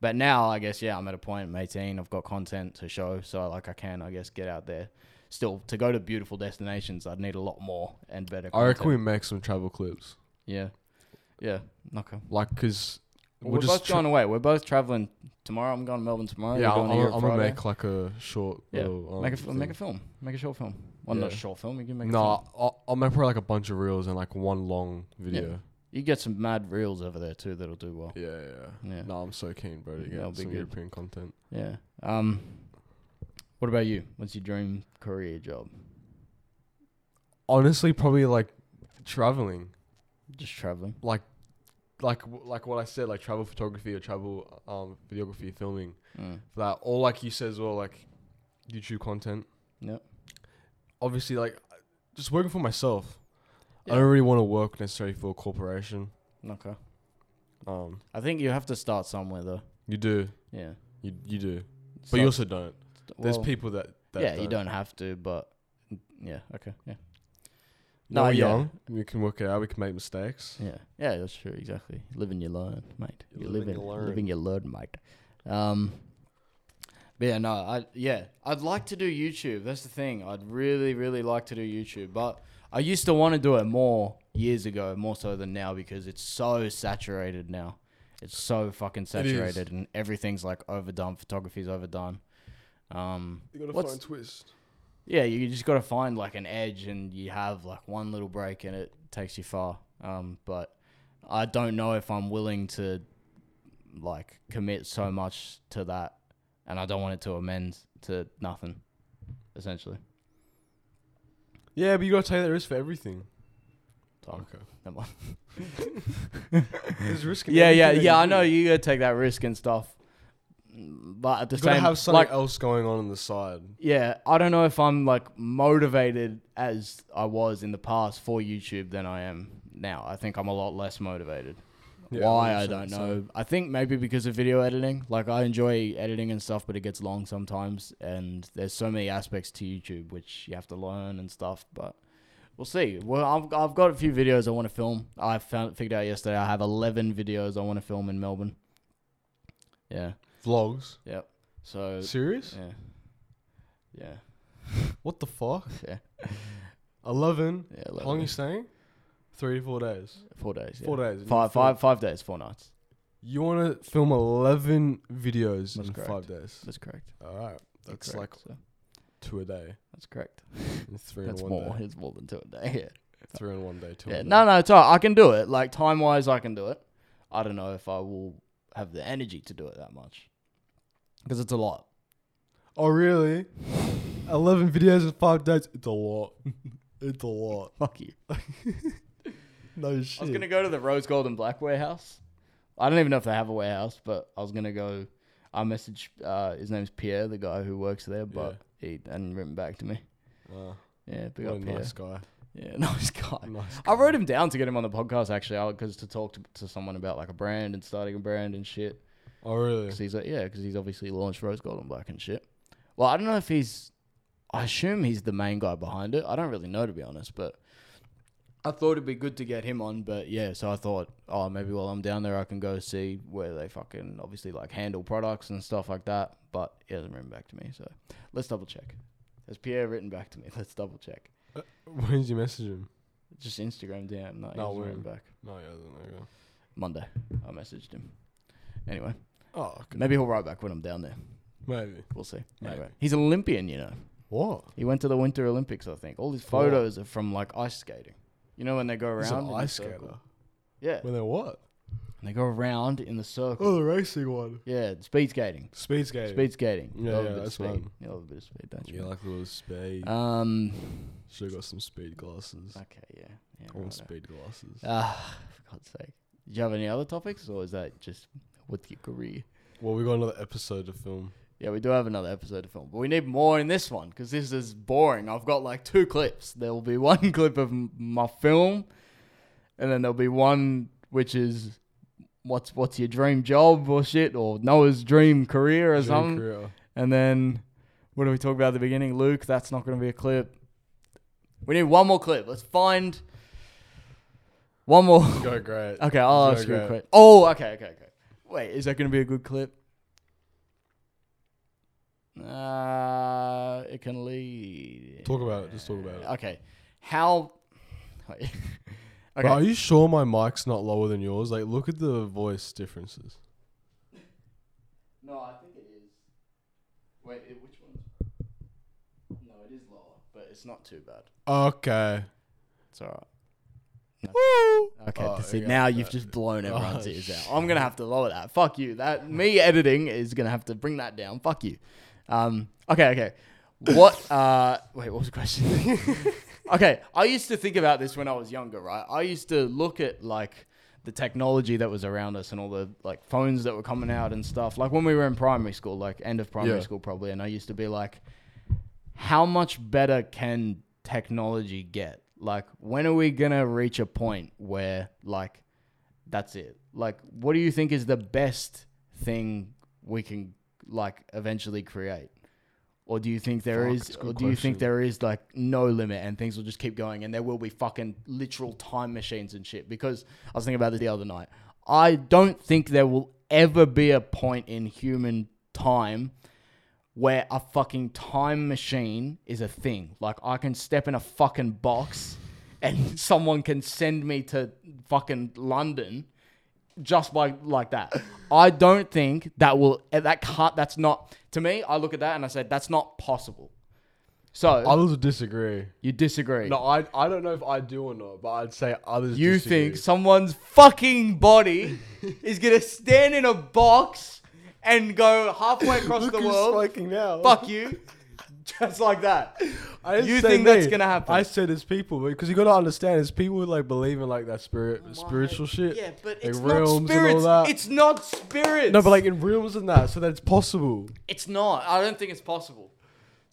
Speaker 1: but now I guess yeah, I'm at a point I'm 18, I've got content to show, so like I can I guess get out there. Still to go to beautiful destinations, I'd need a lot more and better
Speaker 2: I
Speaker 1: content.
Speaker 2: reckon we make some travel clips.
Speaker 1: yeah. Yeah. Okay.
Speaker 2: Like because
Speaker 1: Well, we're both going away. We're both traveling tomorrow. I'm going to Melbourne tomorrow.
Speaker 2: yeah,
Speaker 1: You're
Speaker 2: I'm,
Speaker 1: going to
Speaker 2: I'm,
Speaker 1: Europe
Speaker 2: I'm gonna
Speaker 1: Friday.
Speaker 2: make like a short.
Speaker 1: Yeah.
Speaker 2: Little, um,
Speaker 1: make a f- make a
Speaker 2: thing.
Speaker 1: film, make a short film. Well, not a
Speaker 2: Yeah.
Speaker 1: short film. You can make. A
Speaker 2: no,
Speaker 1: film.
Speaker 2: I'll, I'll make probably like a bunch of reels and like one long video.
Speaker 1: you get some mad reels over there too. That'll do well.
Speaker 2: Yeah, yeah.
Speaker 1: Yeah.
Speaker 2: No, I'm so keen, bro, to get
Speaker 1: That'll be
Speaker 2: some
Speaker 1: good.
Speaker 2: European content.
Speaker 1: Yeah. Um. What about you? What's your dream career job?
Speaker 2: Honestly, probably like traveling.
Speaker 1: Just traveling.
Speaker 2: like like like what I said, like travel photography or travel um videography, filming
Speaker 1: Mm.
Speaker 2: for that, or like you said as well, like YouTube content.
Speaker 1: Yep.
Speaker 2: Obviously, like just working for myself.
Speaker 1: Yeah.
Speaker 2: I don't really want to work necessarily for a corporation.
Speaker 1: Okay.
Speaker 2: Um,
Speaker 1: I think you have to start somewhere though.
Speaker 2: you do,
Speaker 1: Yeah.
Speaker 2: you you do, but
Speaker 1: Start-
Speaker 2: you also don't. There's
Speaker 1: well,
Speaker 2: people that, that
Speaker 1: yeah, you don't have to, but mm, yeah. Okay. Yeah.
Speaker 2: No,
Speaker 1: No,
Speaker 2: we're
Speaker 1: yeah.
Speaker 2: young. We can work it out. We can make mistakes.
Speaker 1: Yeah, yeah, that's true. Exactly. Living you learn, mate.
Speaker 2: You
Speaker 1: You
Speaker 2: live
Speaker 1: live
Speaker 2: and
Speaker 1: in,
Speaker 2: you learn.
Speaker 1: living you learn, mate. Um, but yeah, no, I yeah, I'd like to do YouTube. That's the thing. I'd really, really like to do YouTube, but I used to want to do it more years ago, more so than now, because it's so saturated now. It's so fucking saturated
Speaker 2: is.
Speaker 1: and everything's like overdone. Photography's overdone. Um,
Speaker 2: You gotta
Speaker 1: What's-
Speaker 2: find twist.
Speaker 1: yeah, you just got to find like an edge, and you have like one little break, and it takes you far. Um, but I don't know if I'm willing to like commit so much to that, and I don't want it to amend to nothing, essentially.
Speaker 2: Yeah, but you gotta take that risk for everything.
Speaker 1: Tom,
Speaker 2: Okay.
Speaker 1: never mind.
Speaker 2: There's risk. in
Speaker 1: Yeah, yeah,
Speaker 2: everything that
Speaker 1: yeah.
Speaker 2: you
Speaker 1: I know
Speaker 2: do.
Speaker 1: you gotta take that risk and stuff, but at the
Speaker 2: You gotta
Speaker 1: same,
Speaker 2: have something
Speaker 1: like,
Speaker 2: else going on on the side.
Speaker 1: yeah, I don't know if I'm like motivated as I was in the past for YouTube than I am now. I think I'm a lot less motivated.
Speaker 2: Yeah,
Speaker 1: Why I
Speaker 2: 100%,
Speaker 1: don't
Speaker 2: so-
Speaker 1: know. I think maybe because of video editing. Like I enjoy editing and stuff, but it gets long sometimes, and there's so many aspects to YouTube which you have to learn and stuff. But we'll see. Well, I've I've got a few videos I want to film. I found figured out yesterday I have 11 videos I want to film in Melbourne. Yeah.
Speaker 2: Vlogs.
Speaker 1: Yep. So
Speaker 2: Serious?
Speaker 1: Uh, yeah. Yeah.
Speaker 2: What the fuck?
Speaker 1: Yeah.
Speaker 2: Eleven.
Speaker 1: Yeah.
Speaker 2: How long
Speaker 1: 11.
Speaker 2: you staying? Three to four days.
Speaker 1: Four days. Yeah.
Speaker 2: Four days. and you
Speaker 1: Five,
Speaker 2: film-
Speaker 1: five, five days, four nights.
Speaker 2: You want to film 11 videos
Speaker 1: That's
Speaker 2: in
Speaker 1: correct.
Speaker 2: five days.
Speaker 1: That's correct.
Speaker 2: All right. That's like
Speaker 1: so.
Speaker 2: two a day.
Speaker 1: that's correct.
Speaker 2: And three
Speaker 1: That's
Speaker 2: in one
Speaker 1: more.
Speaker 2: day.
Speaker 1: It's more than two a day. Yeah.
Speaker 2: Three in one day. Two
Speaker 1: Yeah,
Speaker 2: in
Speaker 1: no,
Speaker 2: one day.
Speaker 1: no, it's all right. I can do it. Like time wise, I can do it. I don't know if I will have the energy to do it that much because it's a lot.
Speaker 2: Oh, really? 11 videos in five days? It's a lot. it's a lot.
Speaker 1: Fuck you.
Speaker 2: No shit.
Speaker 1: I was gonna go to the Rose Gold and Black warehouse. I don't even know if they have a warehouse, but I was gonna go. I messaged uh, his name's Pierre, the guy who works there, but he hadn't written back to me.
Speaker 2: Wow.
Speaker 1: Yeah, big
Speaker 2: What a
Speaker 1: up Pierre.
Speaker 2: nice guy.
Speaker 1: Yeah, nice guy.
Speaker 2: Nice
Speaker 1: I wrote him down to get him on the podcast actually, because to talk to, to someone about like a brand and starting a brand and shit.
Speaker 2: Oh, really?
Speaker 1: Because he's like, yeah, because he's obviously launched Rose Gold and Black and shit. Well, I don't know if he's. I assume he's the main guy behind it. I don't really know to be honest, but I thought it'd be good to get him on. But yeah, so I thought, oh, maybe while I'm down there, I can go see where they fucking obviously like handle products and stuff like that. But he hasn't written back to me, so let's double check. Has Pierre written back to me? Let's double check.
Speaker 2: When did you message him?
Speaker 1: Just Instagram DM. No, he
Speaker 2: No,
Speaker 1: hasn't
Speaker 2: we're-
Speaker 1: written back.
Speaker 2: No, he hasn't. Okay.
Speaker 1: Monday, I messaged him. Anyway,
Speaker 2: Oh, okay.
Speaker 1: maybe he'll write back when I'm down there.
Speaker 2: Maybe.
Speaker 1: We'll see.
Speaker 2: Maybe.
Speaker 1: Anyway, he's an Olympian, you know.
Speaker 2: What?
Speaker 1: He went to the Winter Olympics, I think. All his
Speaker 2: For what?
Speaker 1: photos are from like ice skating. You know when they go
Speaker 2: He's an
Speaker 1: around in
Speaker 2: ice
Speaker 1: the circle.
Speaker 2: skater.
Speaker 1: Yeah,
Speaker 2: When they're what?
Speaker 1: and they go around in the circle.
Speaker 2: Oh, the racing one.
Speaker 1: Yeah, speed skating.
Speaker 2: Speed skating.
Speaker 1: Speed skating. You
Speaker 2: Yeah,
Speaker 1: love a
Speaker 2: yeah,
Speaker 1: bit of
Speaker 2: that's
Speaker 1: speed.
Speaker 2: fun.
Speaker 1: You love a bit of speed, don't you?
Speaker 2: You like a little speed.
Speaker 1: Um.
Speaker 2: Should have got some speed glasses.
Speaker 1: Okay. Yeah. yeah
Speaker 2: I want
Speaker 1: righto.
Speaker 2: speed glasses.
Speaker 1: Ah, for God's sake. Do you have any other topics, or is that just with your career?
Speaker 2: Well, we got another episode to film.
Speaker 1: Yeah, we do have another episode to film, but we need more in this one because this is boring. I've got like two clips. There will be one clip of m- my film, and then there'll be one which is what's what's your dream job or shit or Noah's dream career or
Speaker 2: Dream
Speaker 1: something.
Speaker 2: career.
Speaker 1: And then what do we talk about at the beginning? Luke, that's not going to be a clip. We need one more clip. Let's find one more.
Speaker 2: Go great.
Speaker 1: Okay, I'll
Speaker 2: Go
Speaker 1: ask you a
Speaker 2: great.
Speaker 1: quick. Oh, okay, okay, okay. Wait, is that going to be a good clip? Uh, it can lead.
Speaker 2: Talk about it. Just talk about it.
Speaker 1: Okay, how? okay,
Speaker 2: Bro, are you sure my mic's not lower than yours? Like, look at the voice differences.
Speaker 1: No, I think it is. Wait, it, which one? No, it is lower, but it's not too bad.
Speaker 2: Okay.
Speaker 1: It's alright.
Speaker 2: Woo!
Speaker 1: Okay,
Speaker 2: Oh,
Speaker 1: see,
Speaker 2: yeah,
Speaker 1: now
Speaker 2: that-
Speaker 1: you've just blown everyone's
Speaker 2: Oh,
Speaker 1: ears
Speaker 2: shit.
Speaker 1: out. I'm gonna have to lower that. Fuck you. That me editing is gonna have to bring that down. Fuck you. Um. Okay. Okay. What? Uh. Wait. What was the question? okay. I used to think about this when I was younger, right? I used to look at like the technology that was around us and all the like phones that were coming out and stuff. Like when we were in primary school, like end of primary
Speaker 2: Yeah.
Speaker 1: school probably, and I used to be like, how much better can technology get? Like, when are we gonna reach a point where, like, that's it? Like, what do you think is the best thing we can, like, eventually create? Or do you think there
Speaker 2: Fuck,
Speaker 1: is,
Speaker 2: it's a
Speaker 1: or
Speaker 2: good
Speaker 1: do you think
Speaker 2: question.
Speaker 1: there is, like, no limit and things will just keep going and there will be fucking literal time machines and shit? Because I was thinking about this the other night. I don't think there will ever be a point in human time where a fucking time machine is a thing. Like I can step in a fucking box and someone can send me to fucking London just by like that. I don't think that will that can't that's not to me. I look at that and I say that's not possible. So
Speaker 2: Others would disagree.
Speaker 1: you disagree.
Speaker 2: No, I I don't know if I do or not, but I'd say others.
Speaker 1: you
Speaker 2: disagree.
Speaker 1: think someone's fucking body is gonna stand in a box and go halfway across
Speaker 2: Look
Speaker 1: the
Speaker 2: who's
Speaker 1: world?
Speaker 2: smoking now.
Speaker 1: Fuck you, just like that.
Speaker 2: I didn't
Speaker 1: you
Speaker 2: say
Speaker 1: think
Speaker 2: me.
Speaker 1: that's gonna happen?
Speaker 2: I said it's people because you gotta understand it's people who like believe in like that spirit, spiritual shit.
Speaker 1: Yeah, but
Speaker 2: like
Speaker 1: it's
Speaker 2: realms
Speaker 1: not spirits.
Speaker 2: and all that.
Speaker 1: It's not spirits.
Speaker 2: no, but like in realms and that, so that's possible.
Speaker 1: It's not. I don't think it's possible.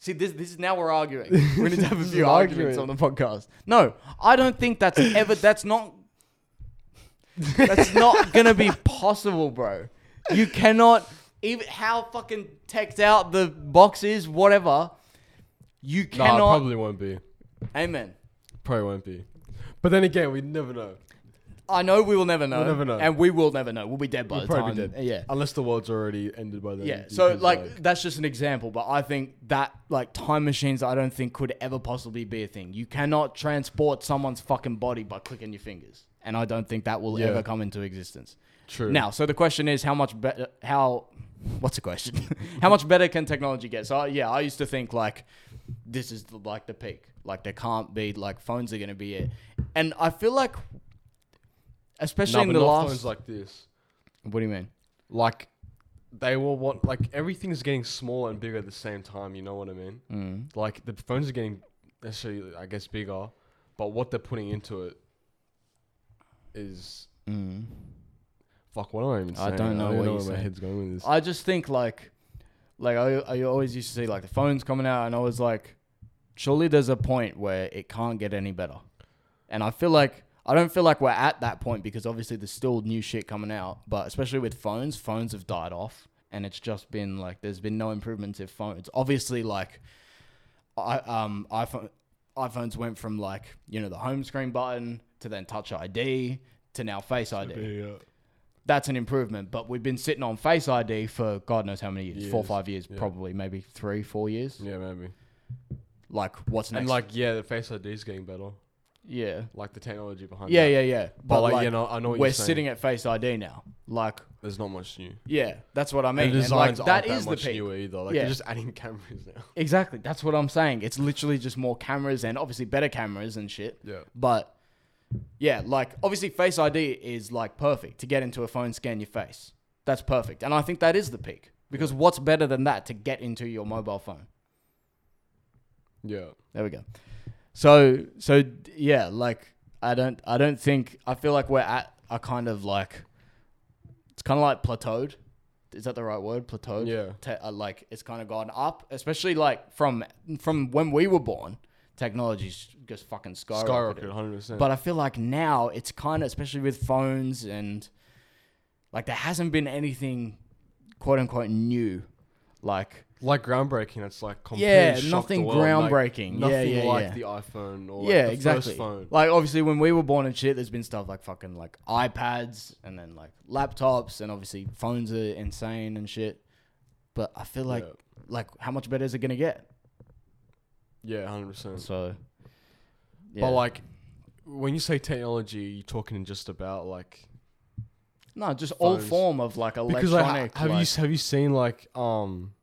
Speaker 1: See, this this is now we're arguing. We're going to have a
Speaker 2: This is
Speaker 1: few
Speaker 2: an
Speaker 1: arguments on the
Speaker 2: argument.
Speaker 1: podcast. No, I don't think that's ever. That's not. That's not gonna be possible, bro. You cannot even how fucking teched out the box is, whatever. You cannot.
Speaker 2: Nah, it probably won't be.
Speaker 1: Amen.
Speaker 2: Probably won't be. But then again, we never know.
Speaker 1: I know we will never know.
Speaker 2: never know.
Speaker 1: and we will never know. We'll be dead by
Speaker 2: We'll
Speaker 1: the
Speaker 2: probably
Speaker 1: time.
Speaker 2: be dead.
Speaker 1: Yeah.
Speaker 2: Unless the world's already ended by then.
Speaker 1: Yeah, so
Speaker 2: because,
Speaker 1: like, that's just an example, but I think that like time machines I don't think could ever possibly be a thing. You cannot transport someone's fucking body by clicking your fingers, and I don't think that will
Speaker 2: Yeah.
Speaker 1: ever come into existence.
Speaker 2: true.
Speaker 1: Now, so the question is how much better how what's the question? how much better can technology get? So yeah, I used to think like this is the, like the peak. Like there can't be like phones are going to be it. And I feel like especially
Speaker 2: nah,
Speaker 1: in
Speaker 2: but
Speaker 1: the
Speaker 2: not
Speaker 1: last
Speaker 2: phones like this.
Speaker 1: What do you mean?
Speaker 2: Like they will want like everything's getting smaller and bigger at the same time. You know what I mean? Mm. Like the phones are getting necessarily, I guess, bigger, but what they're putting into it is fuck. What am I even
Speaker 1: Mm. I
Speaker 2: saying?
Speaker 1: don't know
Speaker 2: even
Speaker 1: what you're
Speaker 2: where my
Speaker 1: saying.
Speaker 2: head's going with this.
Speaker 1: I just think like, like I, I always used to see like the phones coming out, and I was like, surely there's a point where it can't get any better, and I feel like I don't feel like we're at that point because obviously there's still new shit coming out, but especially with phones, phones have died off, and it's just been like there's been no improvements in phones. Obviously, like, I um iPhone iPhones went from like you know the home screen button to then Touch ID to now Face ID
Speaker 2: yeah.
Speaker 1: that's an improvement. But we've been sitting on Face ID for God knows how many years, four,
Speaker 2: Years,
Speaker 1: five years, probably maybe three, four years.
Speaker 2: yeah, maybe.
Speaker 1: Like what's next?
Speaker 2: And like, yeah, the Face ID is getting better.
Speaker 1: yeah,
Speaker 2: Like the technology behind.
Speaker 1: yeah,
Speaker 2: that.
Speaker 1: yeah, yeah. But,
Speaker 2: like,
Speaker 1: like,
Speaker 2: you know, I know what
Speaker 1: we're
Speaker 2: you're saying.
Speaker 1: sitting at Face ID now. Like
Speaker 2: There's not much new.
Speaker 1: yeah, that's what I mean.
Speaker 2: And the
Speaker 1: And, like
Speaker 2: designs
Speaker 1: that
Speaker 2: aren't that
Speaker 1: is the
Speaker 2: much
Speaker 1: peak.
Speaker 2: newer either. Like
Speaker 1: Yeah.
Speaker 2: they're just adding cameras now.
Speaker 1: Exactly. That's what I'm saying. It's literally just more cameras and obviously better cameras and shit.
Speaker 2: Yeah.
Speaker 1: But yeah, like obviously Face ID is like perfect to get into a phone, scan your face. That's perfect. And I think that is the peak. Because what's better than that to get into your mobile phone?
Speaker 2: Yeah.
Speaker 1: There we go. So so d- yeah, like I don't I don't think I feel like we're at a kind of like it's kind of like plateaued. Is that the right word? Plateaued.
Speaker 2: Yeah.
Speaker 1: Te- uh, like it's kind of gone up, especially like from from when we were born, technology's just fucking
Speaker 2: Skyrocket,
Speaker 1: skyrocketed.
Speaker 2: 100%.
Speaker 1: But I feel like now it's kind of especially with phones and like there hasn't been anything quote unquote new like
Speaker 2: like groundbreaking, it's like completely
Speaker 1: Yeah,
Speaker 2: shocked the
Speaker 1: nothing
Speaker 2: world, like,
Speaker 1: groundbreaking. Yeah,
Speaker 2: nothing
Speaker 1: yeah,
Speaker 2: like
Speaker 1: yeah.
Speaker 2: the iPhone or
Speaker 1: yeah,
Speaker 2: like the
Speaker 1: exactly.
Speaker 2: first phone.
Speaker 1: Like obviously when we were born and shit, there's been stuff like fucking like iPads and then like laptops and obviously phones are insane and shit. But I feel like
Speaker 2: Yeah.
Speaker 1: like how much better is it gonna get?
Speaker 2: yeah, hundred percent.
Speaker 1: So yeah.
Speaker 2: But like, when you say technology, you're talking just about like
Speaker 1: no, just all
Speaker 2: phones.
Speaker 1: form of like
Speaker 2: because like,
Speaker 1: electronic.
Speaker 2: ha- have
Speaker 1: like-
Speaker 2: you have you seen like um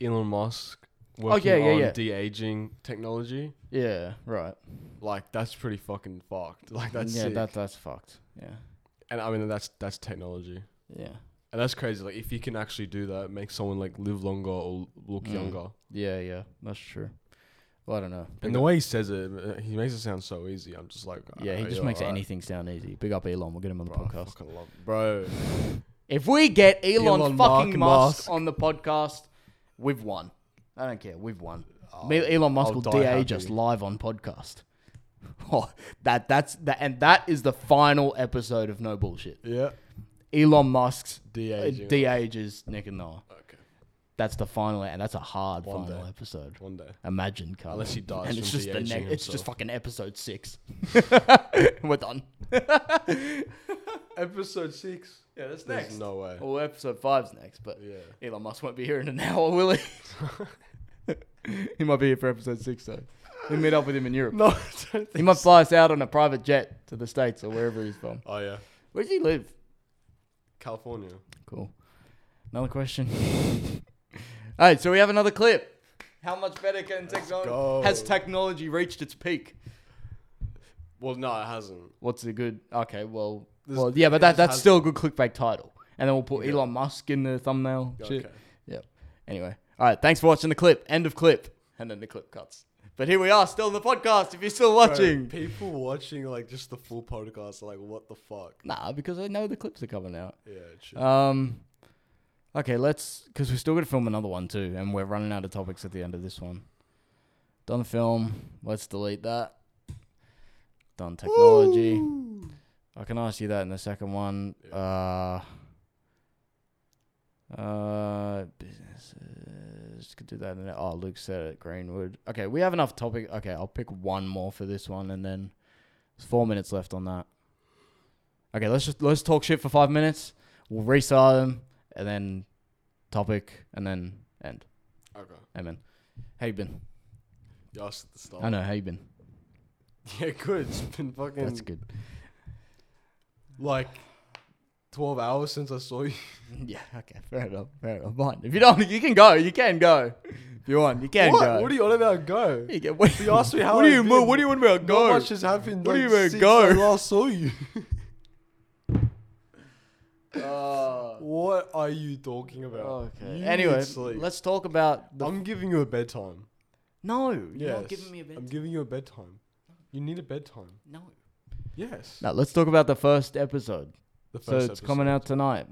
Speaker 2: Elon Musk
Speaker 1: Oh, yeah,
Speaker 2: working
Speaker 1: yeah,
Speaker 2: on
Speaker 1: yeah.
Speaker 2: de aging technology?
Speaker 1: Yeah, right.
Speaker 2: Like that's pretty fucking fucked. Like that's
Speaker 1: yeah,
Speaker 2: sick.
Speaker 1: that that's fucked. Yeah.
Speaker 2: and I mean that's that's technology.
Speaker 1: Yeah.
Speaker 2: And that's crazy. Like if you can actually do that, make someone like live longer or look
Speaker 1: Mm.
Speaker 2: younger.
Speaker 1: Yeah, yeah. That's true. Well, I don't know.
Speaker 2: And the way he says it, uh, he makes it sound so easy. I'm just like,
Speaker 1: yeah, he
Speaker 2: "Ah,
Speaker 1: just
Speaker 2: yeah,
Speaker 1: makes
Speaker 2: alright."
Speaker 1: anything sound easy. Big up Elon. We'll get him on the
Speaker 2: Bro, I
Speaker 1: podcast.
Speaker 2: fucking love- bro.
Speaker 1: If we get Elon,
Speaker 2: Elon
Speaker 1: fucking
Speaker 2: Mark
Speaker 1: Musk,
Speaker 2: Musk.
Speaker 1: on the podcast, we've won. I don't care. We've won. Me Elon Musk
Speaker 2: Oh, I'll
Speaker 1: will
Speaker 2: die
Speaker 1: DA just
Speaker 2: happy.
Speaker 1: live on podcast. Oh, that that's that, and that is the final episode of No Bullshit.
Speaker 2: Yeah.
Speaker 1: Elon Musk's
Speaker 2: De-aging.
Speaker 1: de ages Nick and Noah.
Speaker 2: Okay.
Speaker 1: That's the final, and that's a hard
Speaker 2: One
Speaker 1: final
Speaker 2: day.
Speaker 1: episode.
Speaker 2: One day.
Speaker 1: Imagine, Carl.
Speaker 2: Unless he dies
Speaker 1: and it's
Speaker 2: from
Speaker 1: just the
Speaker 2: de-aging
Speaker 1: next. It's just
Speaker 2: himself.
Speaker 1: fucking episode six. We're done.
Speaker 2: Episode six.
Speaker 1: Yeah, that's
Speaker 2: There's no way.
Speaker 1: Well, episode five's next, but
Speaker 2: Yeah.
Speaker 1: Elon Musk won't be here in an hour, will he? he might be here for episode six, though. We meet up with him in Europe.
Speaker 2: No, I don't
Speaker 1: He
Speaker 2: think.
Speaker 1: might fly us out on a private jet to the States or wherever he's from.
Speaker 2: Oh yeah.
Speaker 1: Where does he live?
Speaker 2: California.
Speaker 1: Cool. Another question. All right, so we have another clip. How much better can
Speaker 2: go.
Speaker 1: technology has technology reached its peak?
Speaker 2: Well, no, it hasn't.
Speaker 1: What's a good? Okay, well,
Speaker 2: This-
Speaker 1: well, yeah, but
Speaker 2: it
Speaker 1: that
Speaker 2: just
Speaker 1: that's
Speaker 2: has-
Speaker 1: still a good clickbait title, and then we'll put
Speaker 2: Yeah.
Speaker 1: Elon Musk in the thumbnail. Shit.
Speaker 2: Okay.
Speaker 1: Yeah. Anyway, all right. Thanks for watching the clip. End of clip, and then the clip cuts. But here we are, still in the podcast. If you're still
Speaker 2: Bro,
Speaker 1: watching,
Speaker 2: people watching like just the full podcast are like, what the fuck?
Speaker 1: nah, because I know the clips are coming out.
Speaker 2: Yeah, true.
Speaker 1: Um, okay, let's because we're still gonna film another one too, and we're running out of topics at the end of this one. Done film. Let's delete that. Done technology. I can ask you that in the second one. Uh, uh, businesses could do that. In oh, Luke said it. Greenwood. Okay, we have enough topic. Okay, I'll pick one more for this one, and then there's four minutes left on that. Okay, let's just let's talk shit for five minutes. We'll restart them, and then topic, and then end.
Speaker 2: okay.
Speaker 1: Amen. How you been?
Speaker 2: You asked at the start.
Speaker 1: I know how you been.
Speaker 2: Yeah, good. It's been fucking
Speaker 1: That's good.
Speaker 2: like 12 hours since I saw you.
Speaker 1: Yeah. Okay. Fair enough. Fair enough. Fine. If you don't, you can go. You can go. If you want, you can
Speaker 2: what?
Speaker 1: go.
Speaker 2: What are you on about? Go.
Speaker 1: You get- what,
Speaker 2: You asked me how
Speaker 1: What
Speaker 2: I
Speaker 1: do you mo-
Speaker 2: did.
Speaker 1: What do you want about
Speaker 2: Not
Speaker 1: go?
Speaker 2: much has happened.
Speaker 1: What do
Speaker 2: like,
Speaker 1: you mean,
Speaker 2: since
Speaker 1: go?
Speaker 2: I last saw you.
Speaker 1: Uh,
Speaker 2: what are you talking about? You
Speaker 1: okay.
Speaker 2: need
Speaker 1: Anyway,
Speaker 2: sleep.
Speaker 1: let's talk about the.
Speaker 2: I'm giving you a bedtime.
Speaker 1: no,
Speaker 2: Yes.
Speaker 1: you're not giving me a bit.
Speaker 2: I'm giving you a bedtime. You need a bedtime.
Speaker 1: no.
Speaker 2: Yes.
Speaker 1: No, let's talk about the first episode.
Speaker 2: The
Speaker 1: so it's coming out tonight.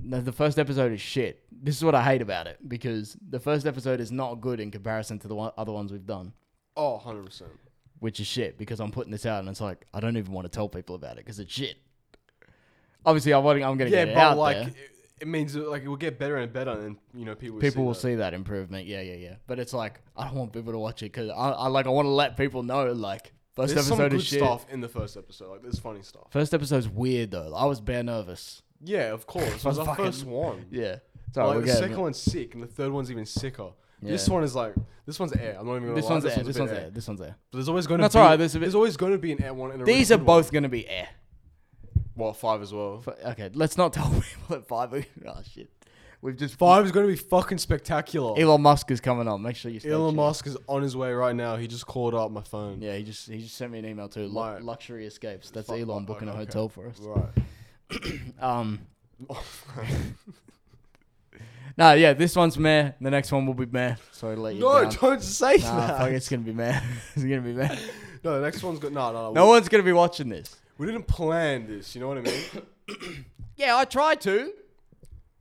Speaker 1: No, the first episode is shit. This is what I hate about it because the first episode is not good in comparison to the one, other ones we've done,
Speaker 2: Oh, 100%.
Speaker 1: which is shit because I'm putting this out and it's like I don't even want to tell people about it because it's shit. Obviously, I'm, wanting- I'm going to
Speaker 2: Yeah,
Speaker 1: get it
Speaker 2: but
Speaker 1: out
Speaker 2: like,
Speaker 1: there.
Speaker 2: it, it means that, like it will get better and better, and you know, people
Speaker 1: people will
Speaker 2: that.
Speaker 1: see that improvement. Yeah, yeah, yeah. But it's like I don't want people to watch it because I, I like I want to let people know like first
Speaker 2: There's some
Speaker 1: episode
Speaker 2: good
Speaker 1: is shit.
Speaker 2: stuff in the first episode. Like, there's funny stuff.
Speaker 1: First episode's weird though. I was bare nervous.
Speaker 2: Yeah, of course. It was our
Speaker 1: Fucking-
Speaker 2: first one.
Speaker 1: Yeah.
Speaker 2: Like,
Speaker 1: Sorry, we're
Speaker 2: the
Speaker 1: getting-
Speaker 2: second one's sick, and the third one's even sicker. This
Speaker 1: Yeah.
Speaker 2: one is like this one's air. I'm not even gonna
Speaker 1: This
Speaker 2: lie.
Speaker 1: one's
Speaker 2: this
Speaker 1: there. This
Speaker 2: a bit
Speaker 1: one's
Speaker 2: air.
Speaker 1: there. This one's there.
Speaker 2: But there's always gonna
Speaker 1: That's
Speaker 2: be,
Speaker 1: alright, there's a bit-
Speaker 2: always gonna be an air one. And a really
Speaker 1: These are
Speaker 2: good one.
Speaker 1: both going to be air.
Speaker 2: well five as well.
Speaker 1: But, okay, let's not tell people that five. Oh shit, we've just
Speaker 2: Five is gonna be fucking spectacular.
Speaker 1: Elon Musk is coming on. Make sure you. stay
Speaker 2: Elon
Speaker 1: tuned.
Speaker 2: Musk is on his way right now. He just called up my phone.
Speaker 1: Yeah, he just he just sent me an email too. Lu-
Speaker 2: Right.
Speaker 1: Luxury escapes. That's
Speaker 2: Fuck,
Speaker 1: Elon
Speaker 2: fuck,
Speaker 1: booking a
Speaker 2: okay.
Speaker 1: hotel for us.
Speaker 2: Right.
Speaker 1: Um, no, yeah, this one's meh. The next one will be meh. Sorry to let you
Speaker 2: no,
Speaker 1: down.
Speaker 2: don't say
Speaker 1: Nah,
Speaker 2: that.
Speaker 1: fuck, it's gonna be meh. it's gonna be meh.
Speaker 2: No, the next one's good. No, no,
Speaker 1: No
Speaker 2: we,
Speaker 1: one's gonna be watching this.
Speaker 2: we didn't plan this. You know what I mean?
Speaker 1: Yeah, I tried to.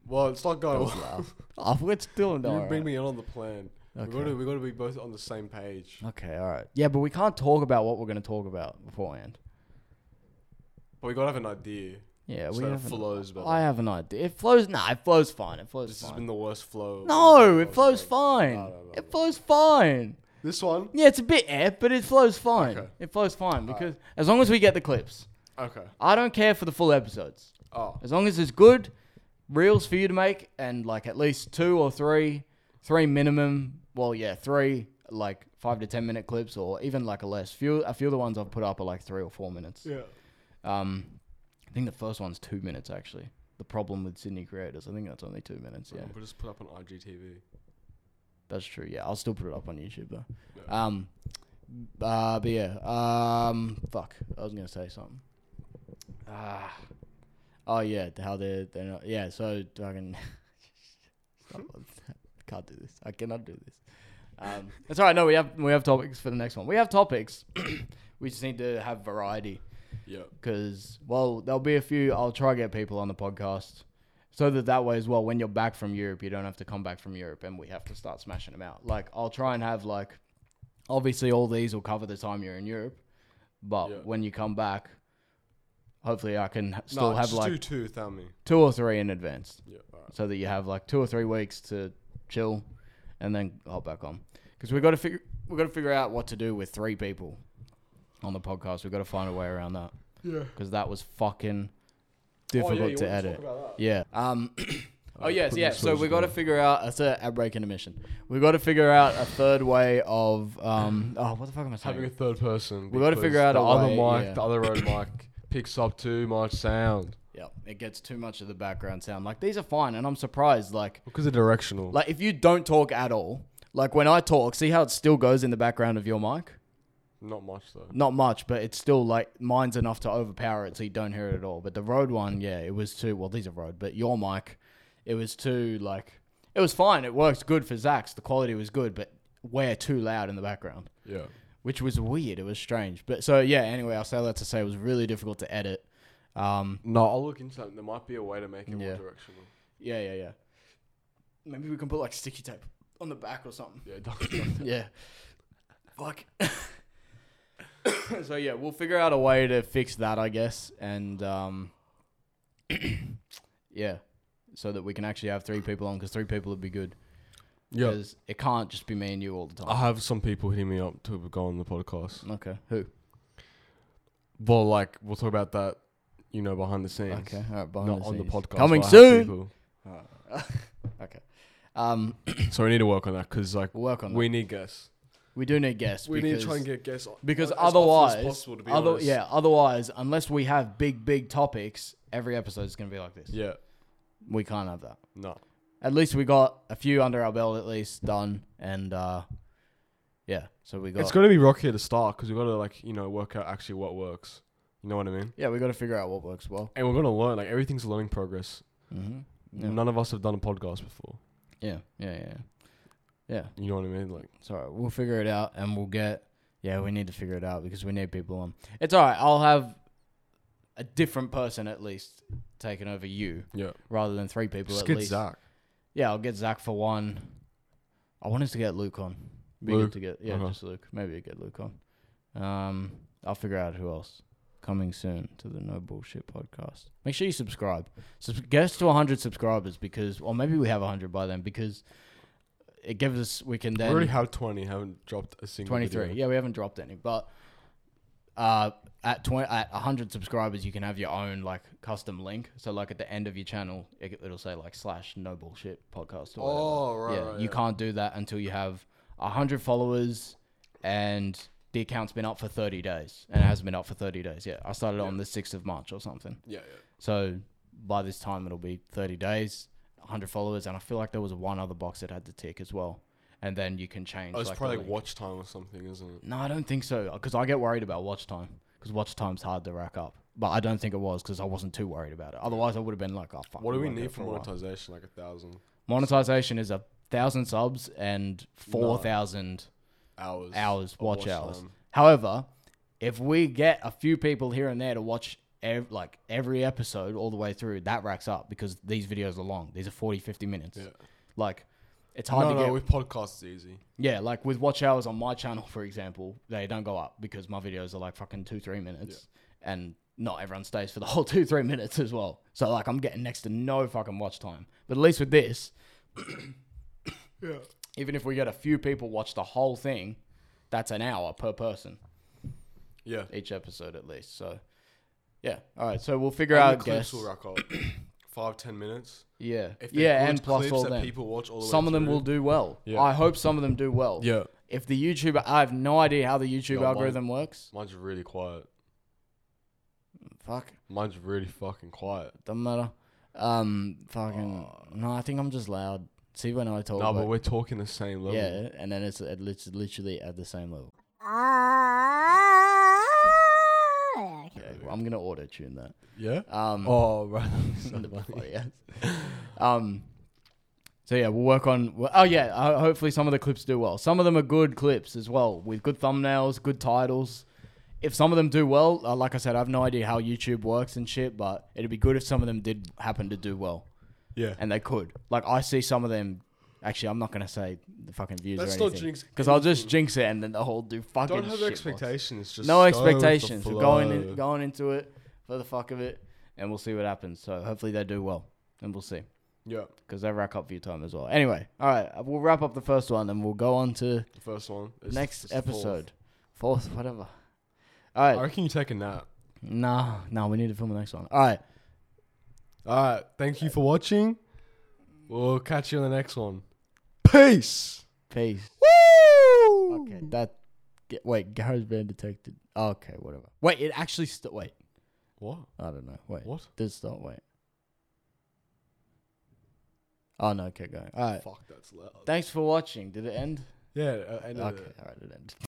Speaker 2: well, it's not going. well.
Speaker 1: oh, we're still
Speaker 2: You
Speaker 1: no.
Speaker 2: bring me in on the plan.
Speaker 1: Okay.
Speaker 2: We gotta, we gotta be both on the same page.
Speaker 1: Okay, all right. Yeah, but we can't talk about what we're gonna talk about beforehand.
Speaker 2: But we gotta have an idea.
Speaker 1: Yeah,
Speaker 2: So
Speaker 1: we
Speaker 2: that it
Speaker 1: have an-
Speaker 2: flows better.
Speaker 1: I have an idea. It flows. Nah, it flows fine. It flows
Speaker 2: This has
Speaker 1: fine.
Speaker 2: been the worst flow.
Speaker 1: no, it flows
Speaker 2: Okay.
Speaker 1: fine.
Speaker 2: No, no, no,
Speaker 1: It flows fine.
Speaker 2: This one.
Speaker 1: Yeah, it's a bit air, but it flows fine.
Speaker 2: Okay.
Speaker 1: It flows fine because as long as we get the clips,
Speaker 2: Okay.
Speaker 1: I don't care for the full episodes.
Speaker 2: Oh.
Speaker 1: As long as it's good reels for you to make and like at least two or three, three minimum. Well, yeah, three like five to ten minute clips or even like a less. Few a few of the ones I've put up are like three or four minutes.
Speaker 2: Yeah.
Speaker 1: Um, I think the first one's two minutes actually. The problem with Sydney creators, I think that's only two minutes. Yeah,
Speaker 2: We'll just put up on IGTV.
Speaker 1: that's true. Yeah, I'll still put it up on YouTube though. Um, uh, but yeah, um, fuck, I was gonna say something. Ah, oh yeah, how they're they're not. Yeah, so fucking. Stop. Can't do this. I cannot do this. Um, it's all right. No, we have we have topics for the next one. We have topics. we just need to have variety.
Speaker 2: Yeah.
Speaker 1: because well there'll be a few i'll try get people on the podcast so that that way as well when you're back from europe you don't have to come back from europe and we have to start smashing them out like i'll try and have like obviously all these will cover the time you're in europe but
Speaker 2: Yeah.
Speaker 1: when you come back hopefully i can h- still
Speaker 2: No,
Speaker 1: have
Speaker 2: just
Speaker 1: like
Speaker 2: do two without me.
Speaker 1: two or three in advance
Speaker 2: Yeah. All right.
Speaker 1: so that you have like two or three weeks to chill and then hop back on because we've got to figure we've got to figure out what to do with three people on the podcast we've got to find a way around that
Speaker 2: Yeah.
Speaker 1: because that was fucking difficult to edit. Yeah. Um. oh yes, yeah. So we got to figure out. That's a ad break intermission. We got to figure out a third way of. Um. Oh, what the fuck am I
Speaker 2: Having a
Speaker 1: saying?
Speaker 2: third person.
Speaker 1: We gotta
Speaker 2: because
Speaker 1: figure out
Speaker 2: the
Speaker 1: a
Speaker 2: other
Speaker 1: way,
Speaker 2: mic,
Speaker 1: yeah.
Speaker 2: the other road mic picks up too much sound.
Speaker 1: Yep. It gets too much of the background sound. Like these are fine, and I'm surprised. Like
Speaker 2: Because they're directional.
Speaker 1: like if you don't talk at all, like when I talk, see how it still goes in the background of your mic.
Speaker 2: Not much though.
Speaker 1: Not much, but it's still like mine's enough to overpower it, so you don't hear it at all. But the road one, yeah, it was too. Well, these are road, but your mic, it was too like it was fine. It works good for Zach's. The quality was good, but we're too loud in the background
Speaker 2: Yeah.
Speaker 1: which was weird. It was strange. But so yeah. Anyway, I'll say that to say it was really difficult to edit. Um,
Speaker 2: No, I'll look into that. There might be a way to make it
Speaker 1: Yeah.
Speaker 2: more directional.
Speaker 1: yeah, yeah, yeah. Maybe we can put like sticky tape on the back or something.
Speaker 2: Yeah, don't-
Speaker 1: Yeah. Fuck. so yeah, we'll figure out a way to fix that, I guess, and um, yeah, so that we can actually have three people on because three people would be good.
Speaker 2: yeah. Ah.
Speaker 1: Because it can't just be me and you all the
Speaker 2: I
Speaker 1: time.
Speaker 2: have some people hitting me up to go on the podcast.
Speaker 1: okay. Who?
Speaker 2: Well, like we'll talk about that, you know, behind the scenes.
Speaker 1: Okay. All right. behind
Speaker 2: Not on the
Speaker 1: scenes.
Speaker 2: podcast.
Speaker 1: Coming
Speaker 2: but I have
Speaker 1: soon.
Speaker 2: people.
Speaker 1: Okay. Um,
Speaker 2: So we need to work on that because like
Speaker 1: we'll work on that.
Speaker 2: we need guests.
Speaker 1: We do need guests.
Speaker 2: We
Speaker 1: because,
Speaker 2: need to try and get guests on-
Speaker 1: because
Speaker 2: as often as
Speaker 1: otherwise,
Speaker 2: possible, to be
Speaker 1: other,
Speaker 2: honest.
Speaker 1: yeah, otherwise, unless we have big, big topics, every episode is going to be like this.
Speaker 2: Yeah.
Speaker 1: We can't have that.
Speaker 2: No.
Speaker 1: At least we got a few under our belt, at least done, and uh, yeah, so we got.
Speaker 2: It's gonna be rocky at the start because we gotta like you know work out actually what works. You know what I mean?
Speaker 1: Yeah, we got to figure out what works well.
Speaker 2: And we're gonna learn. Like everything's a learning progress.
Speaker 1: Mm-hmm. Yeah.
Speaker 2: None of us have done a podcast before.
Speaker 1: yeah, yeah, yeah, yeah.
Speaker 2: You know what I mean? Like
Speaker 1: It's all right. We'll figure it out, and we'll get. Yeah, we need to figure it out because we need people on. It's all right. I'll have a different person at least taking over you
Speaker 2: yeah.
Speaker 1: rather than three people.
Speaker 2: Just
Speaker 1: at
Speaker 2: get
Speaker 1: least.
Speaker 2: Zach.
Speaker 1: Yeah, I'll get Zach for one. I wanted to get Luke on. Be good
Speaker 2: Luke?
Speaker 1: to get yeah,
Speaker 2: Uh-huh.
Speaker 1: just Luke. Maybe I get Luke on. Um, I'll figure out who else coming soon to the No Bullshit podcast. Make sure you subscribe. Sub- get us to 100 subscribers because, or maybe we have 100 by then because it gives us we can
Speaker 2: We
Speaker 1: then
Speaker 2: already have twenty. Haven't dropped a single.
Speaker 1: 23.
Speaker 2: video.
Speaker 1: Yeah, we haven't dropped any, but uh, at 20 at 100 subscribers, you can have your own like custom link. So like at the end of your channel, it, it'll say like slash no bullshit podcast or whatever
Speaker 2: Oh right.
Speaker 1: yeah,
Speaker 2: right,
Speaker 1: you can't do that until you have 100 followers and the account's been up for 30 days and it hasn't been up for 30 days yet. I started on the 6th of March or something.
Speaker 2: Yeah. yeah.
Speaker 1: So by this time, it'll be 30 days, 100 followers, and I feel like there was one other box that had to tick as well. And then you can change.
Speaker 2: Oh, it's
Speaker 1: like, the
Speaker 2: probably
Speaker 1: link.
Speaker 2: like watch time or something, isn't it?
Speaker 1: No, I don't think so. Because I get worried about watch time. Because watch time's hard to rack up. But I don't think it was because I wasn't too worried about it. Otherwise, I would have been like, oh, fuck.
Speaker 2: What do we
Speaker 1: won't it
Speaker 2: need for
Speaker 1: a while."
Speaker 2: monetization? Like a thousand
Speaker 1: Monetization is a thousand subs and
Speaker 2: No.
Speaker 1: 4,000
Speaker 2: hours.
Speaker 1: hours
Speaker 2: of
Speaker 1: watch, hours.
Speaker 2: time.
Speaker 1: However, if we get a few people here and there to watch ev- like every episode all the way through, that racks up because these videos are long. These are 40, 50 minutes.
Speaker 2: Yeah.
Speaker 1: Like it's hard
Speaker 2: No,
Speaker 1: to
Speaker 2: no,
Speaker 1: get.
Speaker 2: with podcasts it's easy.
Speaker 1: yeah, like with watch hours on my channel, for example, they don't go up because my videos are like fucking two, three minutes, and not everyone stays for the whole two, three minutes as well. So like I'm getting next to no fucking watch time. But at least with this,
Speaker 2: Yeah.
Speaker 1: even if we get a few people watch the whole thing, that's an hour per person.
Speaker 2: Yeah.
Speaker 1: each episode at least. So, yeah. All right. So we'll figure
Speaker 2: And the
Speaker 1: out
Speaker 2: clips
Speaker 1: guests.
Speaker 2: will rack up. Five ten minutes.
Speaker 1: Yeah.
Speaker 2: If they're
Speaker 1: Yeah,
Speaker 2: good
Speaker 1: and plus
Speaker 2: clips
Speaker 1: all
Speaker 2: that
Speaker 1: them.
Speaker 2: people watch all the way
Speaker 1: Some of them
Speaker 2: through.
Speaker 1: will do well.
Speaker 2: Yeah.
Speaker 1: I hope some of them do well.
Speaker 2: Yeah.
Speaker 1: If the YouTuber, I have no idea how the YouTube
Speaker 2: Yeah, mine-
Speaker 1: algorithm works.
Speaker 2: Mine's really quiet.
Speaker 1: Fuck.
Speaker 2: Mine's really fucking quiet.
Speaker 1: Doesn't matter. Um. Fucking. No, I think I'm just loud. See when I talk.
Speaker 2: No, but
Speaker 1: like-
Speaker 2: we're talking the same level.
Speaker 1: yeah, and then it's at lit- literally at the same level.
Speaker 4: Ah, yeah, okay.
Speaker 1: Yeah, I'm gonna auto tune that.
Speaker 2: Yeah?
Speaker 1: Um.
Speaker 2: Oh, right.
Speaker 1: yes. Um. So yeah, we'll work on. well, Oh yeah, ho- hopefully some of the clips do well. Some of them are good clips as well, with good thumbnails, good titles. If some of them do well, uh, like I said, I have no idea how YouTube works and shit, but it'd be good if some of them did happen to do well,
Speaker 2: yeah.
Speaker 1: and they could. Like I see some of them. Actually, I'm not gonna say the fucking views
Speaker 2: Let's
Speaker 1: or
Speaker 2: not
Speaker 1: anything
Speaker 2: jinx
Speaker 1: because I'll just
Speaker 2: anything.
Speaker 1: jinx it and then the whole do fucking.
Speaker 2: Don't have
Speaker 1: shit
Speaker 2: expectations. Just
Speaker 1: no
Speaker 2: go
Speaker 1: expectations.
Speaker 2: With the
Speaker 1: We're going in,
Speaker 2: flow.
Speaker 1: going into it for the fuck of it, and we'll see what happens. So hopefully they do well, and we'll see
Speaker 2: Yeah.
Speaker 1: because they rack up view time as well. Anyway, all right, uh, we'll wrap up the first one, and we'll go on to
Speaker 2: The first one. It's-
Speaker 1: next
Speaker 2: it's the fourth.
Speaker 1: episode, fourth. whatever. All
Speaker 2: I
Speaker 1: right,
Speaker 2: reckon you take a nap.
Speaker 1: nah, nah, we need to film the next one. All right,
Speaker 2: All right. Thank you for watching. We'll catch you on the next one. Peace.
Speaker 1: peace.
Speaker 2: Woo!
Speaker 1: Okay, that. Get, wait, GarageBand detected. Okay, whatever. Wait, it actually. St- wait.
Speaker 2: What?
Speaker 1: I don't know. Wait.
Speaker 2: What?
Speaker 1: Did it stop? Wait. Oh no, keep going. All right.
Speaker 2: Fuck, that's loud.
Speaker 1: Thanks for watching. Did it end?
Speaker 2: yeah, uh, and, uh,
Speaker 1: Okay. All right, it ended.